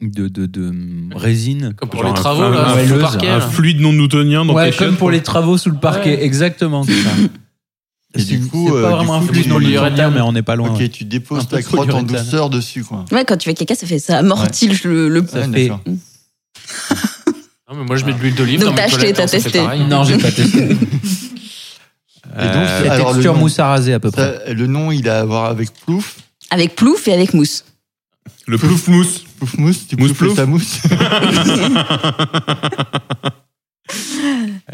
de, de, de résine. Comme pour Genre les un- travaux, un- là, un le fouleuse, parquet. un là. fluide non newtonien dans ouais, tes comme chiottes, pour quoi. les travaux sous le parquet, exactement. c'est ça. Et C'est- du coup, c'est euh, pas du vraiment un coup, fluide tu- non tu- linéaire, mais on est pas loin. Ok, ouais. tu Un déposes peu ta crotte en polyuréthane. douceur dessus, quoi. Ouais, quand tu fais caca, ça fait ça, amortit le, le- Ça Ouais, fait- d'accord. Non, mais moi, je mets de l'huile d'olive. Donc dans mes t'as acheté, toilettes, t'as hein, ça fait testé. pareil. Non, j'ai pas testé. Et donc, Euh, c'est- La alors, le texture nom- mousse à raser à peu près. ça, le nom, il a à voir avec plouf. Avec plouf et avec mousse. Le plouf mousse. Plouf mousse, tu Mousse ploufes plouf. ta mousse.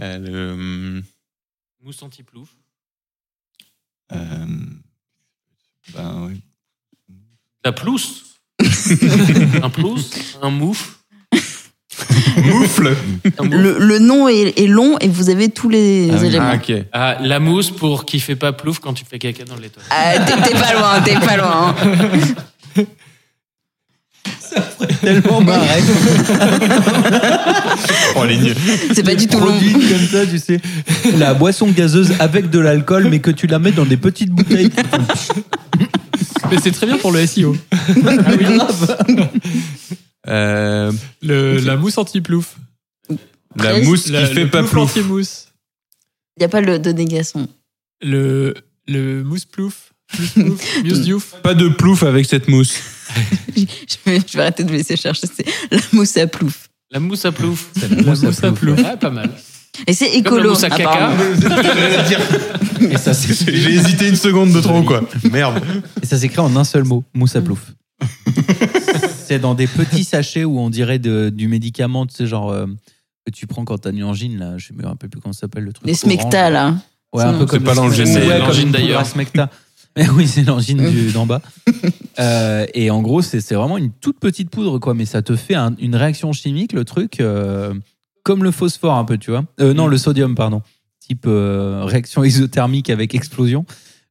Euh, le- Mousse anti-plouf. Euh, ben, oui. La plousse. un plousse, un mouf. Moufle. un mouf. Le, le nom est, est long et vous avez tous les Ah oui. éléments. Ah, ok. Ah, la mousse pour qui fait pas plouf quand tu fais caca dans les toilettes. Ah, t'es- t'es pas loin, t'es pas loin. hein. Tellement marrant. Oh, les niais. C'est pas du tout long. produit comme ça, tu sais. La boisson gazeuse avec de l'alcool, mais que tu la mets dans des petites bouteilles. Mais c'est très bien pour le E SEO. Euh, Le- la mousse anti-plouf. la Très- mousse qui La- fait le pas plouf plouf. anti-mousse. Y a pas le, de négation. Le, le mousse plouf. Mousse plouf. Mousse diouf. Pas de plouf avec cette mousse. Je vais, je vais arrêter de me laisser chercher. C'est la mousse à plouf. La mousse à plouf. La mousse à plouf. Ah, pas mal. Et c'est Comme la écolo. mousse à caca. apparemment. Et ça s'écrit- J'ai hésité une seconde de trop, quoi. Merde. et ça s'écrit en un seul mot, mousse à plouf. C'est dans des petits sachets où on dirait de- du médicament, tu sais, genre euh, que tu prends quand t'as une angine, là. Je me rappelle plus comment ça s'appelle le truc. Les smecta, orange. là. Ouais, un C'est peu comme pas l'angine, ouais, c'est comme une l'angine poudre à d'ailleurs. smecta. Mais oui, c'est l'angine du- d'en bas. Euh, et en gros, c'est c'est vraiment une toute petite poudre, quoi. Mais ça te fait un- une réaction chimique, le truc, euh, comme le phosphore, un peu, tu vois. Euh, Mm. non, le sodium, pardon. Type euh, réaction isothermique avec explosion.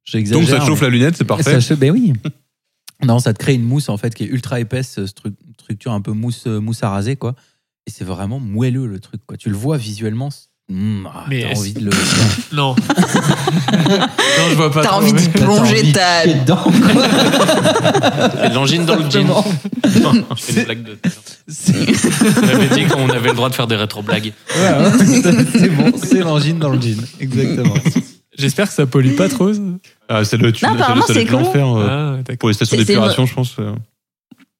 J'exagère. Donc ça chauffe mais- la lunette, c'est parfait. ça chauffe- ben oui. Non, ça te crée une mousse, en fait, qui est ultra épaisse, euh, stru- structure un peu mousse, euh, mousse à raser, quoi. Et c'est vraiment moelleux, le truc, quoi. Tu le vois visuellement. c'est- Mm, ah, Mais t'as est-ce- envie de le. Non. non, je vois pas. T'as trop, envie mais- d'y plonger ta. Et de L'angine dans le jean. Je fais une blague de. J'avais dit qu'on avait le droit de faire des rétro-blagues. c'est bon, c'est l'angine dans le jean. Exactement. J'espère que ça pollue pas trop. ça. Ah, ça doit être, Non, ça doit- apparemment, ça doit être c'est l'enfer euh, Ah, d'accord. pour les stations C'est- c'est d'épuration, je pense. euh.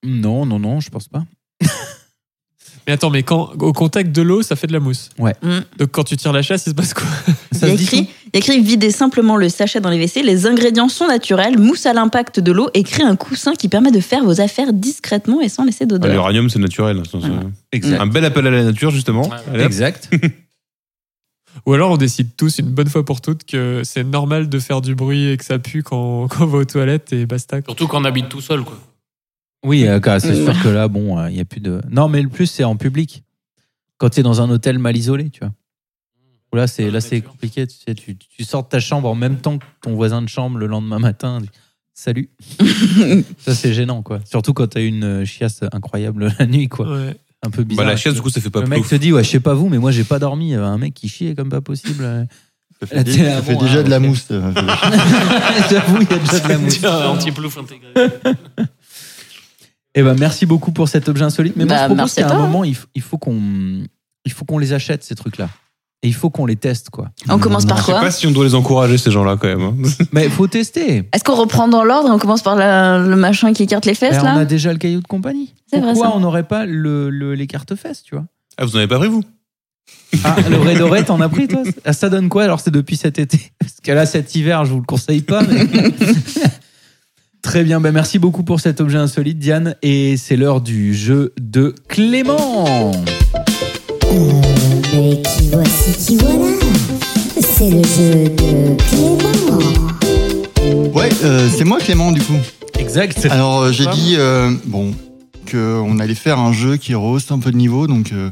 Non, non, non, je pense pas. Mais attends, mais quand au contact de l'eau, ça fait de la mousse. Ouais. Mm. Donc quand tu tires la chasse, il se passe quoi Il y a écrit, il y a écrit videz simplement le sachet dans les WC. Les ingrédients sont naturels, mousse à l'impact de l'eau et crée un coussin qui permet de faire vos affaires discrètement et sans laisser Ah, d'odeur. L'uranium, c'est naturel. ça, ça- Exact. Un bel appel à la nature, justement. Allez, hop. Exact. Ou alors on décide tous une bonne fois pour toutes que c'est normal de faire du bruit et que ça pue quand, quand on va aux toilettes et basta. quoi. Surtout qu'on habite tout seul, quoi. Oui, euh, car c'est sûr que là, bon, euh, il n'y a plus de. Non, mais le plus, c'est en public. Quand tu es dans un hôtel mal isolé, tu vois. Ou Là, c'est, là, c'est compliqué. Tu, sais, tu, tu sors de ta chambre en même temps que ton voisin de chambre le lendemain matin. Salut. ça, c'est gênant, quoi. Surtout quand tu as une euh, chiasse incroyable la nuit, quoi. Ouais. Un peu Bah, bizarre. la chaise, du coup, ça fait pas le mec plouf. te dit, ouais, je sais pas vous, mais moi, j'ai pas dormi. Euh, Un mec qui chiait comme pas possible. Ça fait, La dé- télé, ça ah fait bon, déjà ah, de la ok. mousse. euh, J'avoue, il y a déjà de la mousse. Anti-plouf intégré. Eh ben, merci beaucoup pour cet objet insolite. Mais moi, Bah, je propose merci qu'à à un toi. moment, il f- il faut, qu'on il faut qu'on les achète, ces trucs-là. Et il faut qu'on les teste, quoi. On commence par Je sais quoi pas si on doit les encourager, ces gens-là, quand même. hein. Mais il faut tester. Est-ce qu'on reprend dans l'ordre On commence par la- le machin qui écarte les fesses, Ben, là on a déjà le caillou de compagnie. C'est vrai, Pourquoi ça. on n'aurait pas le, le- les cartes fesses, tu vois Ah, vous en avez pas pris, vous Ah, le Ray Doré, t'en as pris, toi Ah, Ça donne quoi alors C'est depuis cet été Parce que là, cet hiver, je vous le conseille pas. mais- Très bien, ben merci beaucoup pour cet objet insolite, Diane. Et c'est l'heure du jeu de Clément. Et qui voici, qui voilà. C'est le jeu de Clément. Ouais, euh, c'est moi Clément du coup. Exact. Alors euh, j'ai dit euh, bon qu'on allait faire un jeu qui rehausse un peu de niveau, donc euh,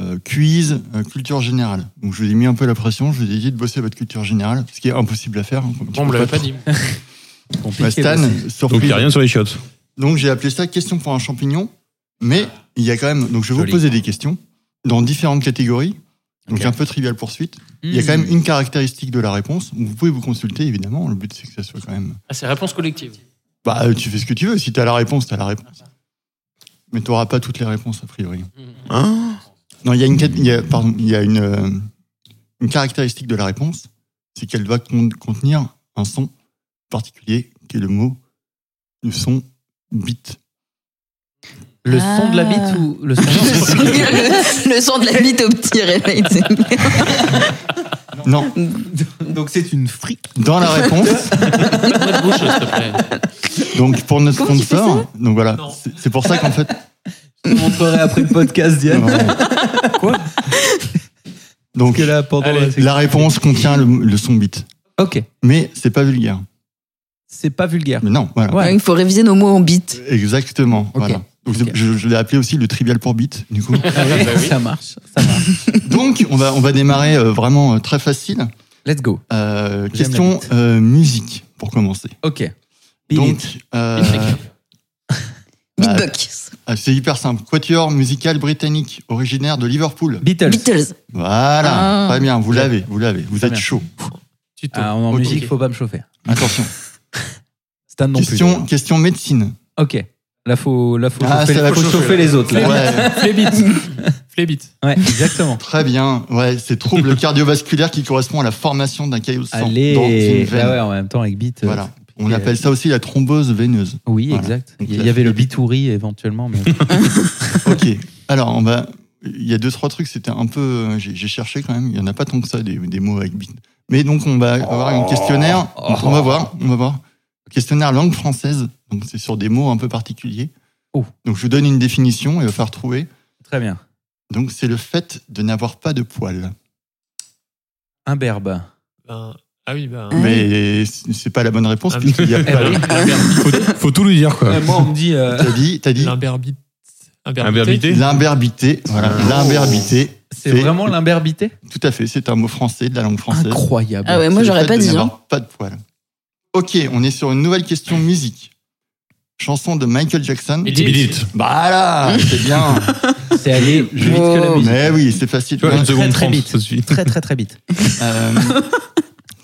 euh, quiz euh, culture générale. Donc je vous ai mis un peu la pression, je vous ai dit de bosser votre culture générale, ce qui est impossible à faire. hein, comme tu On me peux l'avait pas dit. Bah, Stan, Donc, il surprise. n'y a rien sur les chiottes. Donc j'ai appelé ça question pour un champignon, mais il y a quand même. Donc je vais vous Joli. poser des questions dans différentes catégories. Donc Ok. un peu trivial poursuite. Il y a quand Hmm. même une caractéristique de la réponse. Vous pouvez vous consulter évidemment. Le but c'est que ça soit quand même. Ah, c'est réponse collective. Bah euh, tu fais ce que tu veux. Si t'as la réponse, t'as la réponse. Mais t'auras pas toutes les réponses a priori. Hein Non, il y a une, cat- il y a, pardon, il y a une, euh, une caractéristique de la réponse, c'est qu'elle doit con- contenir un son particulier qui est le mot, le son bit. Le son de la Ah. bite ou le son le son de la bite au petit réveil. tu sais. Non, Donc c'est une fric. dans la réponse. Pas de bouche, s'il te plaît. Donc pour notre Comment tu fais sponsor, donc voilà, Non. c'est- c'est pour ça qu'en fait. Je montrerai après le podcast, Diane. Quoi Donc Que là, pendant Allez. la... la réponse contient le, le son bit, Ok, mais c'est pas vulgaire. c'est pas vulgaire. Mais non, voilà. Ouais. Il faut réviser nos mots en bite. Exactement. Ok. Voilà. Donc, Ok. Je, je l'ai appelé aussi le trivial pour bit, du coup. Ah oui, Bah oui. Ça marche, ça marche. donc on va on va démarrer euh, vraiment euh, très facile. Let's go. Euh, J'aime la question bite. euh, musique pour commencer. Ok. Beat it. Donc euh, Bah, Beatbox. ah, c'est hyper simple. Quatuor musical britannique originaire de Liverpool. Beatles. Beatles. Voilà. Ah. Très bien. Vous l'avez. Vous l'avez. Vous Très êtes bien. chaud. Tuto. Ah, en Ok. musique, faut pas me chauffer. Attention. Stan non plus. question d'ailleurs. question médecine. Ok. Là, faut, là, faut Ah, chauffer, ça va faut chauffer, chauffer là. les autres. Là. Ouais, Flébit. Flébit. Ouais, exactement. très bien. Ouais, c'est trouble cardiovasculaire qui correspond à la formation d'un caillot de sang dans une Allez. veine. Ah ouais, en même temps, avec beat. euh, Voilà. c'est On compliqué. appelle ça aussi la thrombose veineuse. Oui, Voilà. exact. Donc, Il la y avait le flébite. bitouri éventuellement, mais Ok. Alors, on va. Il y a deux trois trucs. C'était un peu. euh, J'ai j'ai cherché quand même. Il y en a pas tant que ça des, des mots avec bit. Mais donc on va avoir un questionnaire. Donc, on va voir. On va voir. Questionnaire langue française. Donc c'est sur des mots un peu particuliers. Oh. Donc je vous donne une définition et il va falloir trouver. très bien. Donc c'est le fait de n'avoir pas de poils. Un berbe. Ben, ah oui, ben. Ah. Mais c'est c'est pas la bonne réponse Ah, puisqu'il y a Eh pas. oui. faut, faut tout lui dire, quoi. Euh, Moi, on me dit. euh, T'as dit, t'as dit L'imberbit. Imberbité. l'imberbité. Voilà, l'imberbité. C'est vraiment l'imberbité Tout à fait. C'est un mot français de la langue française. Incroyable. Ah ouais, moi C'est le j'aurais fait pas de dit. n'avoir hein. Pas de poils. Ok, on est sur une nouvelle question musique. Chanson de Michael Jackson. Il dit- Billit. Tu Bah là, c'est bien. C'est allé plus vite que la musique. Mais oui, c'est facile. vois, une seconde très 30, vite. ça suffit. Très, très, très vite. Euh,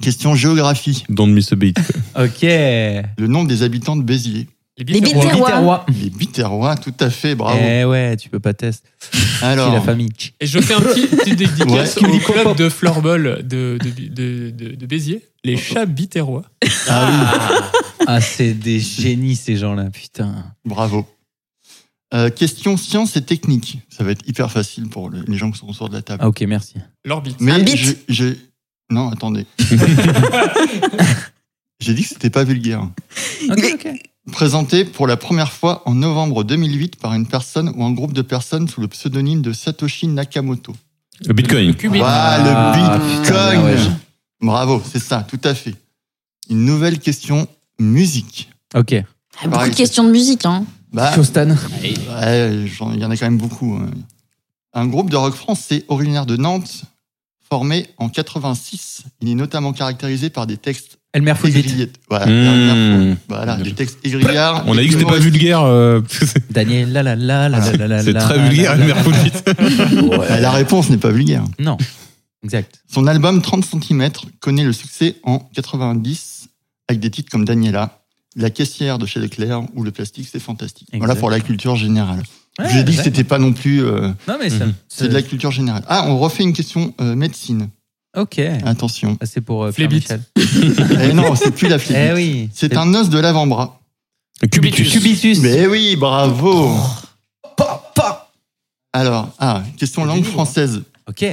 question géographie. Don't miss a beat. Ok. Les Le nom des habitants de Béziers. Les Biterrois. Biterrois. Biterrois. Les Biterrois, tout à fait, bravo. Eh ouais, tu peux pas tester. C'est la Alors, famille. Et je fais un petit, petit dédicace Ouais. au club de floorball de, de, de, de, de Béziers, les chats biterrois. Ah, c'est des génies, ces gens-là, putain. bravo. Euh, question science et technique. Ça va être hyper facile pour le- les gens qui sont autour de la table. Ah, ok, merci. L'orbite. Un Mais bit. je, je- Non, attendez. J'ai dit que c'était pas vulgaire. Ok, ok. présenté pour la première fois en novembre 2008 par une personne ou un groupe de personnes sous le pseudonyme de Satoshi Nakamoto. Le Bitcoin. Cubit. Ah, le putain, Bitcoin Ah, ouais, ouais. Bravo, c'est ça, tout à fait. Une nouvelle question musique. Ok. Ah, Beaucoup Pareil. de questions de musique. Hein. Bah, Stan. ouais, j'en- il y en a quand même beaucoup. hein. Un groupe de rock français originaire de Nantes, formé en 86. Il est notamment caractérisé par des textes Elmer Footbeat. égrillés. Voilà, Mmh. Hmm. dernière fois. Voilà, des textes égrillards. On a dit que c'était pas humoristes. vulgaire. euh, c'est Daniel, la la la la la la la. c'est la, très la, vulgaire, la, la, le la. mercredi. Bah, La réponse n'est pas vulgaire. Non. Exact. Son album 30 cm connaît le succès en 90 avec des titres comme Daniela, La caissière de chez Leclerc ou Le plastique, c'est fantastique. Exact. Voilà pour la culture générale. J'ai dit que ouais. c'était pas non plus. euh, Non, mais ça- c'est de la culture générale. Ah, on refait une question euh, médecine. Ok. Attention. Ah, c'est pour euh, Flébite. Pierre Eh non, c'est plus la flébite. Michel. Eh oui. C'est un os de l'avant-bras. Le cubitus. Cubitus. Mais oui, bravo. Oh. Alors, ah, question langue française, Ok.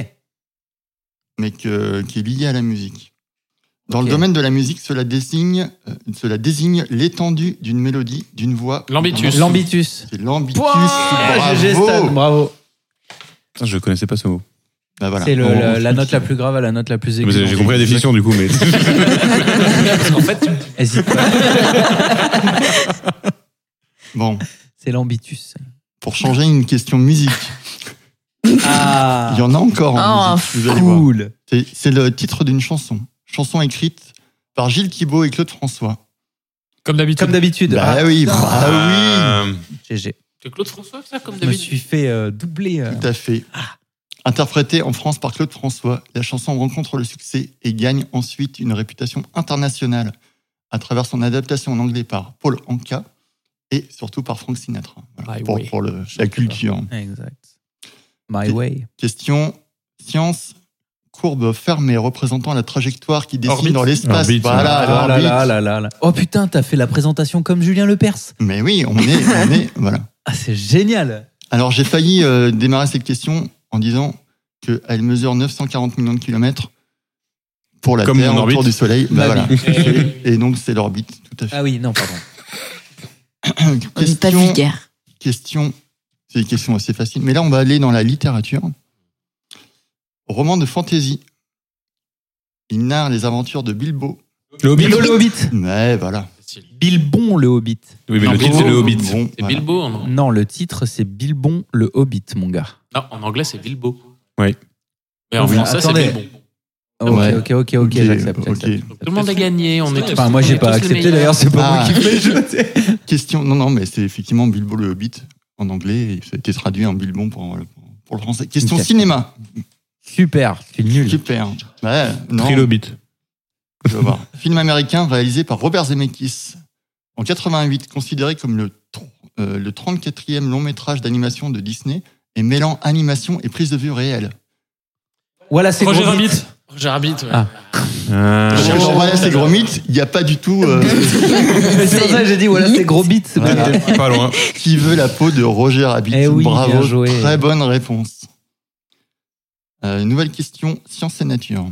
mais que- qui est liée à la musique. Dans Ok. le domaine de la musique, cela désigne, euh, cela désigne l'étendue d'une mélodie, d'une voix. L'ambitus. L'ambitus. C'est l'ambitus. Point GG Stan, bravo. bravo. Putain, Ah, Je connaissais pas ce mot. Bah voilà. C'est le- Bon, le- la on- note la plus grave à la note la plus Mais aiguë. J'ai compris la définition du coup, mais. En fait, Hésite pas. Bon, C'est l'ambitus. pour changer une question musique, Ah. il y en a encore. en Ah, musique, vous allez voir. Cool. C'est c'est le titre d'une chanson. Chanson écrite par Gilles Thibault et Claude François. Comme d'habitude. Comme d'habitude. Bah Ah, oui, bah Euh, GG. c'est Claude François, ça, comme Je me d'habitude. suis fait euh, doubler. euh. oui, tout à fait. Interprétée en France par Claude François, la chanson rencontre le succès et gagne ensuite une réputation internationale à travers son adaptation en anglais par Paul Anka et surtout par Frank Sinatra. Voilà, My pour way. pour le- la culture. Exact. My way. Question science. Courbe fermée représentant la trajectoire qui dessine Orbite. dans l'espace. Orbite, Voilà, Ah là l'orbite. là là là là. Oh putain, t'as fait la présentation comme Julien Lepers. Mais oui, on est, on est, voilà. Ah, c'est génial. Alors j'ai failli euh, démarrer cette question en disant qu'elle mesure 940 millions de kilomètres pour la Comme Terre mon autour orbite. du Soleil. Bah, Ma voilà. vie. et, et donc c'est l'orbite, tout à fait. Ah oui, non, pardon. On n'est pas question, vulgaire. question- c'est une question assez facile, mais là on va aller dans la littérature. Roman de fantaisie. Il narre les aventures de Bilbo. Le Hobbit Bilbo le Hobbit. Ouais, voilà. C'est Bilbon le Hobbit. Oui, mais Non, le titre Bilbo. c'est le Hobbit. Oh, Bon, voilà. Bilbo. En... Non, le titre c'est Bilbon le Hobbit, mon gars. Non, en anglais, c'est Bilbo. Oui. Mais en Oui, français, c'est attendez. Bilbon. Ok, Ouais. ok, ok, ok, Ok, j'accepte. ok. j'accepte. Tout le monde a gagné. On est tous, Enfin, moi, on est j'ai pas tous les accepté meilleurs. d'ailleurs, c'est pas Ah. moi qui fais jeter. Question, non, non, mais c'est effectivement Bilbo le Hobbit en anglais, et ça a été traduit en Bilbon pour, euh, pour le français. Question Ok. cinéma. Super, tu es nul. Super. Ouais, non, Tri le Hobbit. tu vas voir. Film américain réalisé par Robert Zemeckis en 88, considéré comme le, tr- euh, le 34e long métrage d'animation de Disney et mêlant animation et prise de vue réelle. Voilà, c'est Roger gros Rabbit. mythe. Roger Rabbit, Oh, ouais. Ah. Ah. Parce que dans voilà, c'est gros mythe, il n'y a pas du tout euh, Mais C'est pour ça que j'ai dit, voilà, c'est gros bits. Voilà. Pas loin. qui veut la peau de Roger Rabbit. Eh oui, bien Bravo, joué. très bonne réponse. Euh, nouvelle question, science et nature.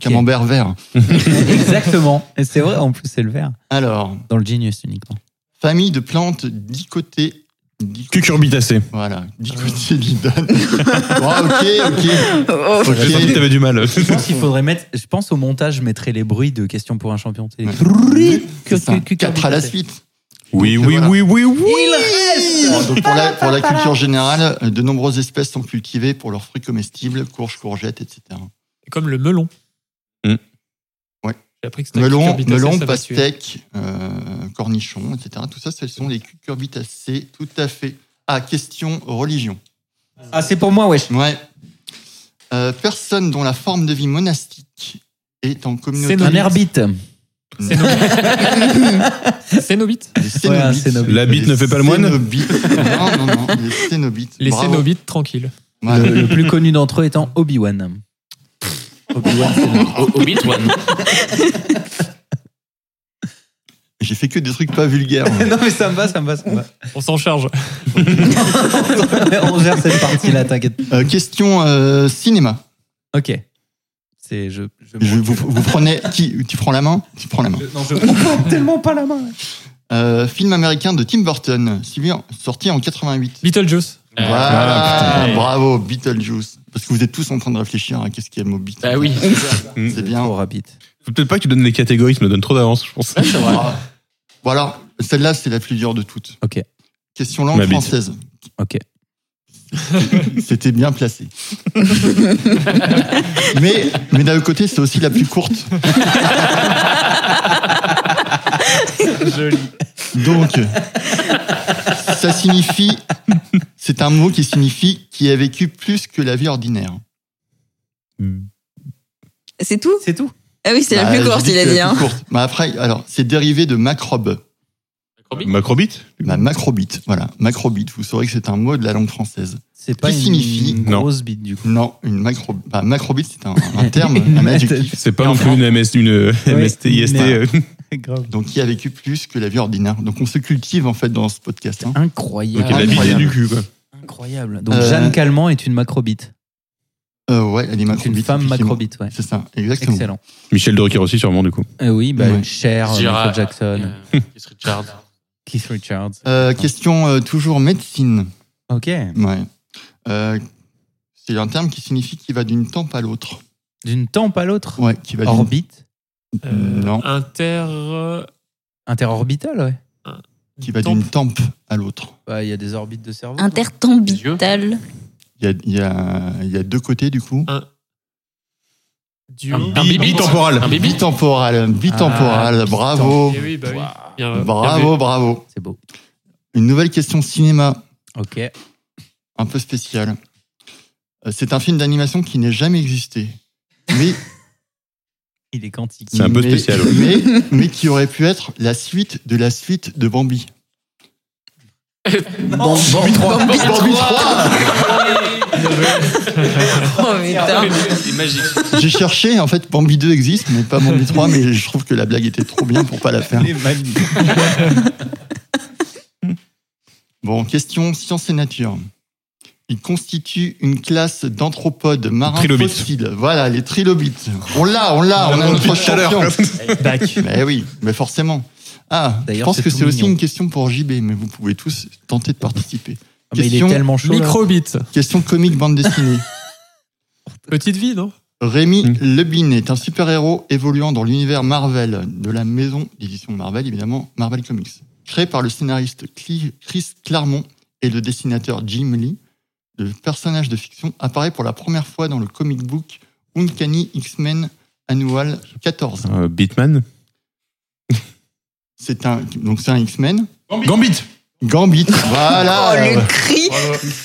Camembert vert. Exactement. Et c'est vrai, en plus, c'est le vert. Alors, Dans le Genius uniquement. famille de plantes dicotées. dico- Cucurbitacé. Voilà, Ah. dicotées didane. Bon, ok, Oh, ok. ok. J'ai senti que t'avais du mal. Je pense qu'il faudrait mettre. Je pense au montage, je mettrais les bruits de questions pour un champion. C'est les Ouais. bruits que- C'est ça, que- que- Quatre à la suite. Oui, oui, Voilà. oui, oui, oui. Il Bon, reste donc pour, la, pour la culture générale, euh, de nombreuses espèces sont cultivées pour leurs fruits comestibles, courges, courgettes, etc. Comme le melon. Hmm. Ouais. J'ai appris que c'était un Mm. Melon, cucurbitacé, melon ça m'a tué. pastèque, euh, cornichon, etc. Tout ça, ce sont les cucurbitacées, tout à fait. Ah, question religion. Ah, c'est pour moi, wesh. Ouais. Euh, personne dont la forme de vie monastique est en communauté. Un herbite. C'est nos- C'est nos bites. Les cénobites. Ouais, un cénobite. La bite ne fait pas le moine Les cénobites. Non, non, non. Les cénobites. Les Bravo. cénobites tranquilles. Ouais. Le, le plus connu d'entre eux étant Obi-Wan. Obi-Wan, c'est le- Au- Hobbit, ouais. J'ai fait que des trucs pas vulgaires. Non, mais ça me va, ça me va, ça me va. On s'en charge. On gère cette partie-là, t'inquiète. Euh, question euh, cinéma. Ok. C'est je. je, Je- vous, vous prenez qui Tu prends la main Tu prends la main. Non, je prends tellement pas la main. Euh, film américain de Tim Burton, suivi en- sorti en 88. Beetlejuice. Voilà, Ah, putain. bravo Beetlejuice. Parce que vous êtes tous en train de réfléchir à qu'est-ce qu'il y a de mot Beatles. Bah oui. c'est bien. Trop rapide. Faut peut-être pas que tu donnes les catégories, ça me donne trop d'avance, je pense. Ah. Bon alors, celle-là, c'est la plus dure de toutes. Ok. Question langue Ma bite. française. Ok. C'était bien placé. mais mais d'un autre côté, c'est aussi la plus courte. Joli. Donc, ça signifie, c'est un mot qui signifie qui a vécu plus que la vie ordinaire. C'est tout C'est tout. Ah oui, c'est la Bah, plus j'ai courte, dit il a que la dit. hein. plus courte. Bah, après, alors, c'est dérivé de macrobe. Macrobite Ma macrobite, voilà. Macrobite, vous saurez que c'est un mot de la langue française. C'est pas Qui une signifie- grosse bite du coup. Non, une macro... bah, macrobite, c'est un, un terme, un adjectif. C'est pas non plus une, MS, une MST, IST. euh, Grave. Donc, qui a vécu plus que la vie ordinaire. Donc, on se cultive, en fait, dans ce podcast. hein. Incroyable. Ok, la bite et Incroyable. du cul, quoi. Incroyable. Donc Euh, Jeanne Calment est une macrobite. Euh, ouais, elle est Donc, macrobite. Une femme effectivement. macrobite, ouais. C'est ça, exactement. Excellent. Michel Drucker aussi, sûrement, du coup. Euh, oui, bah, Ouais. Cher, Michael Gérard- Jackson, euh, Keith Richards. Keith Richards. Euh, question euh, toujours médecine. Ok. Ouais. Euh, c'est un terme qui signifie qu'il va d'une tempe à l'autre. D'une tempe à l'autre, Ouais, bah, qui va d'une- orbite, Euh, Non, Inter. euh, interorbital, ouais. qui va tempe. d'une tempe à l'autre. Bah, Il y a des orbites de cerveau. Intertembital. Il y a, il y a- il y a deux côtés, du coup. Du. Un Bi- bibite. bitemporal. Un bibi Bitemporal, bitemporal, Ah, bravo. Eh oui, bah oui. Il y a- Bravo, bravo. C'est beau. Une nouvelle question cinéma, Ok. un peu spéciale. Euh, C'est un film d'animation qui n'a jamais existé, mais, Il est quantique. C'est un peu mais- spécial, ouais. mais, mais qui aurait pu être la suite de la suite de Bambi. Bambi 3. Bambi 3. Oh putain. C'est magique. J'ai cherché, en fait, Bambi 2 existe, mais pas Bambi 3, mais je trouve que la blague était trop bien pour pas la faire. Les mamies. Bon, question science et nature. Ils constituent une classe d'anthropodes marins Trilobites. fossiles. Voilà, les trilobites. On l'a, on l'a, on a notre champion. Bac. Mais oui, mais forcément. Ah, je D'ailleurs, pense c'est que tout c'est aussi mignon. une question pour JB, mais vous pouvez tous tenter de participer. Ah, mais il est Question tellement chaud. là. Microbit. Question comique bande dessinée. Petite vie, non Rémi Hmm. Mm. Lebin est un super-héros évoluant dans l'univers Marvel, de la maison d'édition Marvel, évidemment, Marvel Comics. Créé par le scénariste Cli- Chris Claremont et le dessinateur Jim Lee, le personnage de fiction apparaît pour la première fois dans le comic book Uncanny X-Men Annual 14. Euh, Bitman. C'est un, donc c'est un X-Men. Gambit. Gambit, Oh, voilà. le cri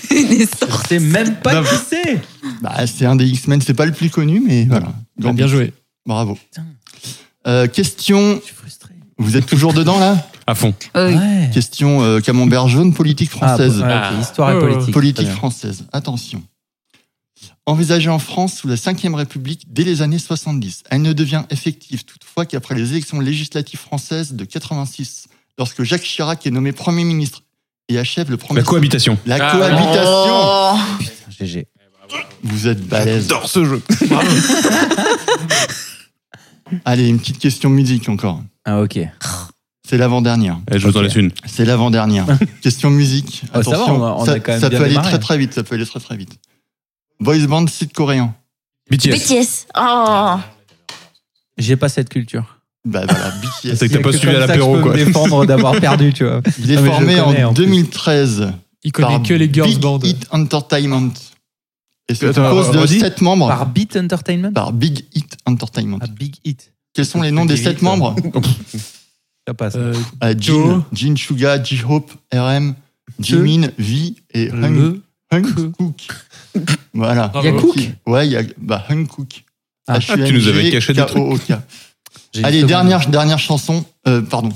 des sorts. Je sais même pas qui c'est. Bah, c'est un des X-Men, c'est pas le plus connu, mais voilà. Bah, Gambit. Bien joué. Bravo. Putain. Euh, question, Je suis frustré. vous êtes toujours dedans là À fond. Oh, oui. Ouais. Question euh, camembert jaune, politique française. Ah, ouais, ok, Histoire et Ah. politique. politique Très bien. française, attention. Envisagée en France sous la Ve République dès les années 70, elle ne devient effective toutefois qu'après les élections législatives françaises de 86, lorsque Jacques Chirac est nommé Premier ministre et achève le premier... La cohabitation. La Ah, cohabitation Oh. Putain, GG. Vous êtes balèze. Ah, J'adore Bah, ce jeu. Allez, une petite question musique encore. Ah, ok. C'est l'avant-dernière. Eh, je vous en laisse une. C'est l'avant-dernière. Question musique. Ah, ça va, Attention, on a- on a quand même ça bien peut aller démarré. très très vite. Ça peut aller très très vite. Boys band sud-coréen. BTS. BTS. Oh. J'ai pas cette culture. Bah voilà, BTS. C'est que t'as pas Il y a suivi comme à ça que l'apéro, je peux quoi. me défendre d'avoir perdu, tu vois. Il est Non, mais je formé le connais, en en plus. 2013 Il connaît par que les girls Big bands. Hit Entertainment. Et c'est Attends, à cause de redis. 7 membres par... Par Beat Entertainment Big Hit Entertainment. Ah, Big Hit. Quels sont les noms des 7 Big Hit, hein. membres Ça passe. Euh, Euh, Joe. Jin, Jin Suga, J-Hope, RM, Jimin, V et Ah, Hung, le- Hung Cook. Voilà. Il y a Qui- Cook Ouais, il y a bah, Hung Cook. Ah, H U N tu nous avais G caché des K O O K. J'ai une Allez, seconde. dernière, dernière chanson, euh, pardon.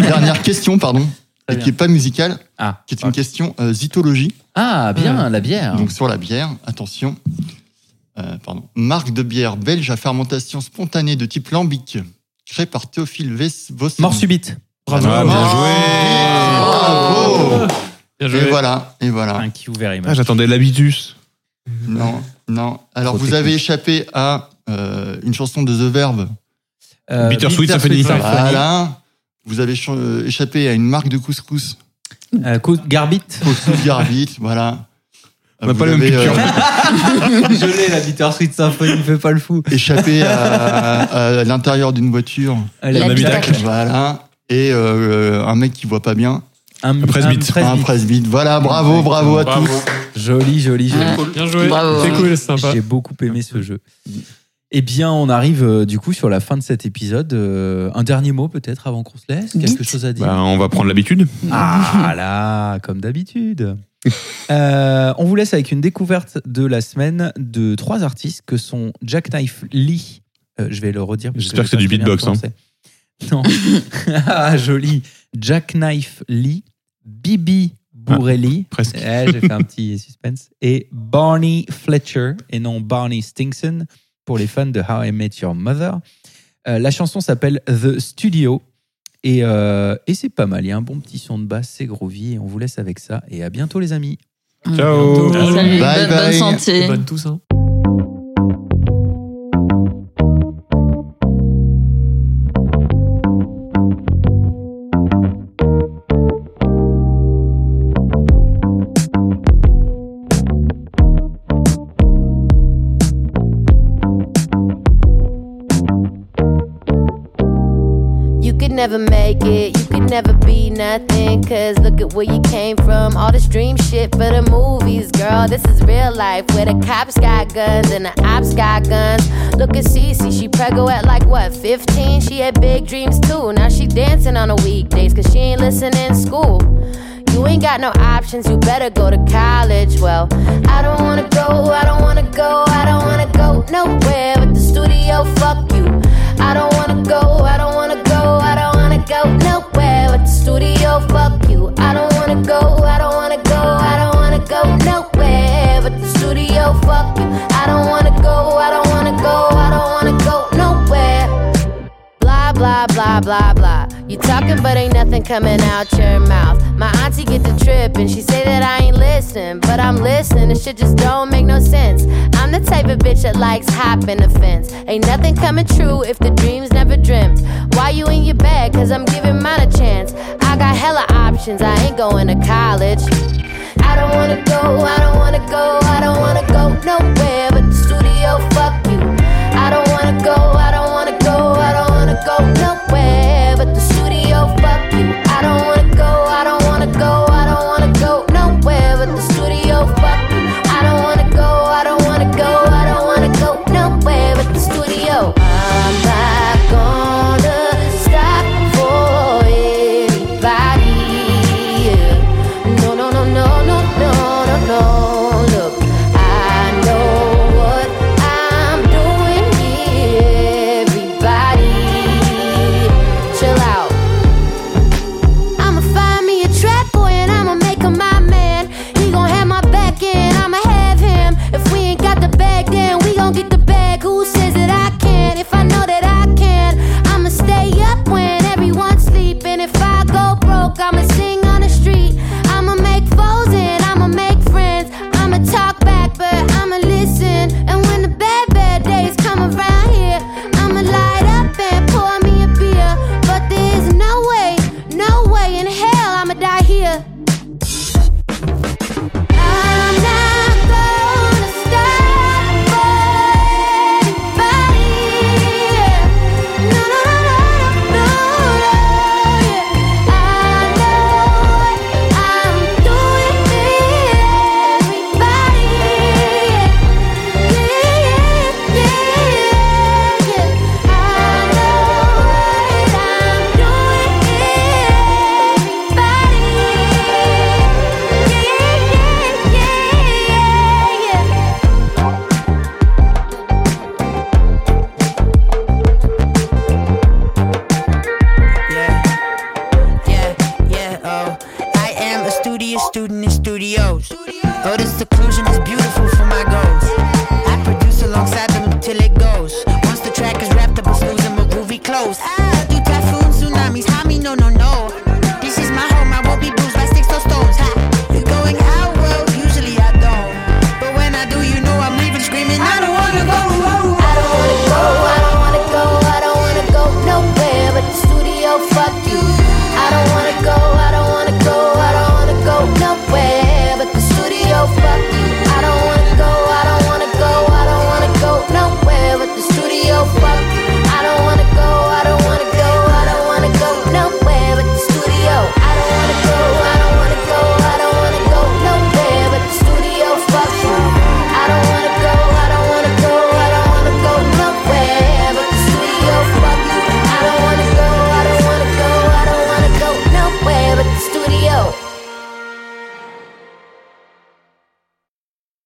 dernière question, pardon, Très et qui est pas musicale, Ah, qui est une question euh, zytologie, ah bien, la bière. donc sur la bière, attention. Euh, pardon. Marque de bière belge à fermentation spontanée de type lambic, créée par Théophile Ves- Vossen. Mort subite. Bravo. Ah, bien joué. Bravo Bien joué. Et voilà, et voilà. Un qui ouvert, il Ah, j'attendais l'habitus. Non, non. Alors, Trop vous technique. avez échappé à euh, une chanson de The Verve, Euh, Bittersweet Symphony. Voilà. Vous avez ch- euh, échappé à une marque de couscous, Euh, Garbit. couscous Garbit, voilà. On n'a Vous pas la même avez, euh, culture. Je l'ai, la Bittersweet Symphony, fais pas le fou. échappé à, à l'intérieur d'une voiture, Allez, La un bière. habitacle. voilà. Et euh, un mec qui voit pas bien, Un, presbyte. un un presbyte. Voilà, bravo, bravo à Bravo. tous. Joli, joli, joli. Ouais. Bien joué. Bravo. C'est cool, c'est sympa. J'ai beaucoup aimé ce jeu. Eh bien, on arrive euh, du coup sur la fin de cet épisode. Euh, un dernier mot peut-être avant qu'on se laisse Quelque Vite. chose à dire Bah, on va prendre l'habitude. Ah là, comme d'habitude. Euh, on vous laisse avec une découverte de la semaine de trois artistes que sont Jackknife Lee. Euh, je vais le redire. parce J'espère que c'est j'ai pas du très bien beatbox, hein. prononcé. Non. ah, joli. Jackknife Lee, Bibi Bourrelli. presque. Eh, J'ai fait un petit suspense. Et Barney Fletcher, et non Barney Stinson, pour les fans de How I Met Your Mother. Euh, la chanson s'appelle The Studio. Et, euh, et c'est pas mal. Il y a un bon petit son de basse, c'est groovy. Et on vous laisse avec ça. Et à bientôt, les amis. Ciao. Salut, Bye bonne, bonne bye. santé. Bonne tous, hein. You could never make it, you could never be nothing. Cause look at where you came from. All this dream shit for the movies, girl. This is real life where the cops got guns and the ops got guns. Look at Cece, she preggo at like what, 15? She had big dreams too. Now she dancing on the weekdays cause she ain't listening in school. You ain't got no options, you better go to college. Well, I don't wanna go, I don't wanna go, I don't wanna go nowhere with the studio, fuck you. I don't wanna go, I don't wanna go, I don't wanna go nowhere with the studio, fuck you. I don't wanna go, I don't wanna go, I don't wanna go nowhere with the studio, fuck you. I don't wanna go, I don't wanna go, I don't wanna go nowhere blah blah blah blah blah. You talking but ain't nothing coming out your mouth. My auntie get the trip and she say that I ain't listening, but I'm listening. The shit just don't make no sense. I'm the type of bitch that likes hopping the fence. Ain't nothing coming true if the dreams never dreamt. Why you in your bed? Cause I'm giving mine a chance. I got hella options. I ain't going to college. I don't wanna go, I don't wanna go, I don't wanna go nowhere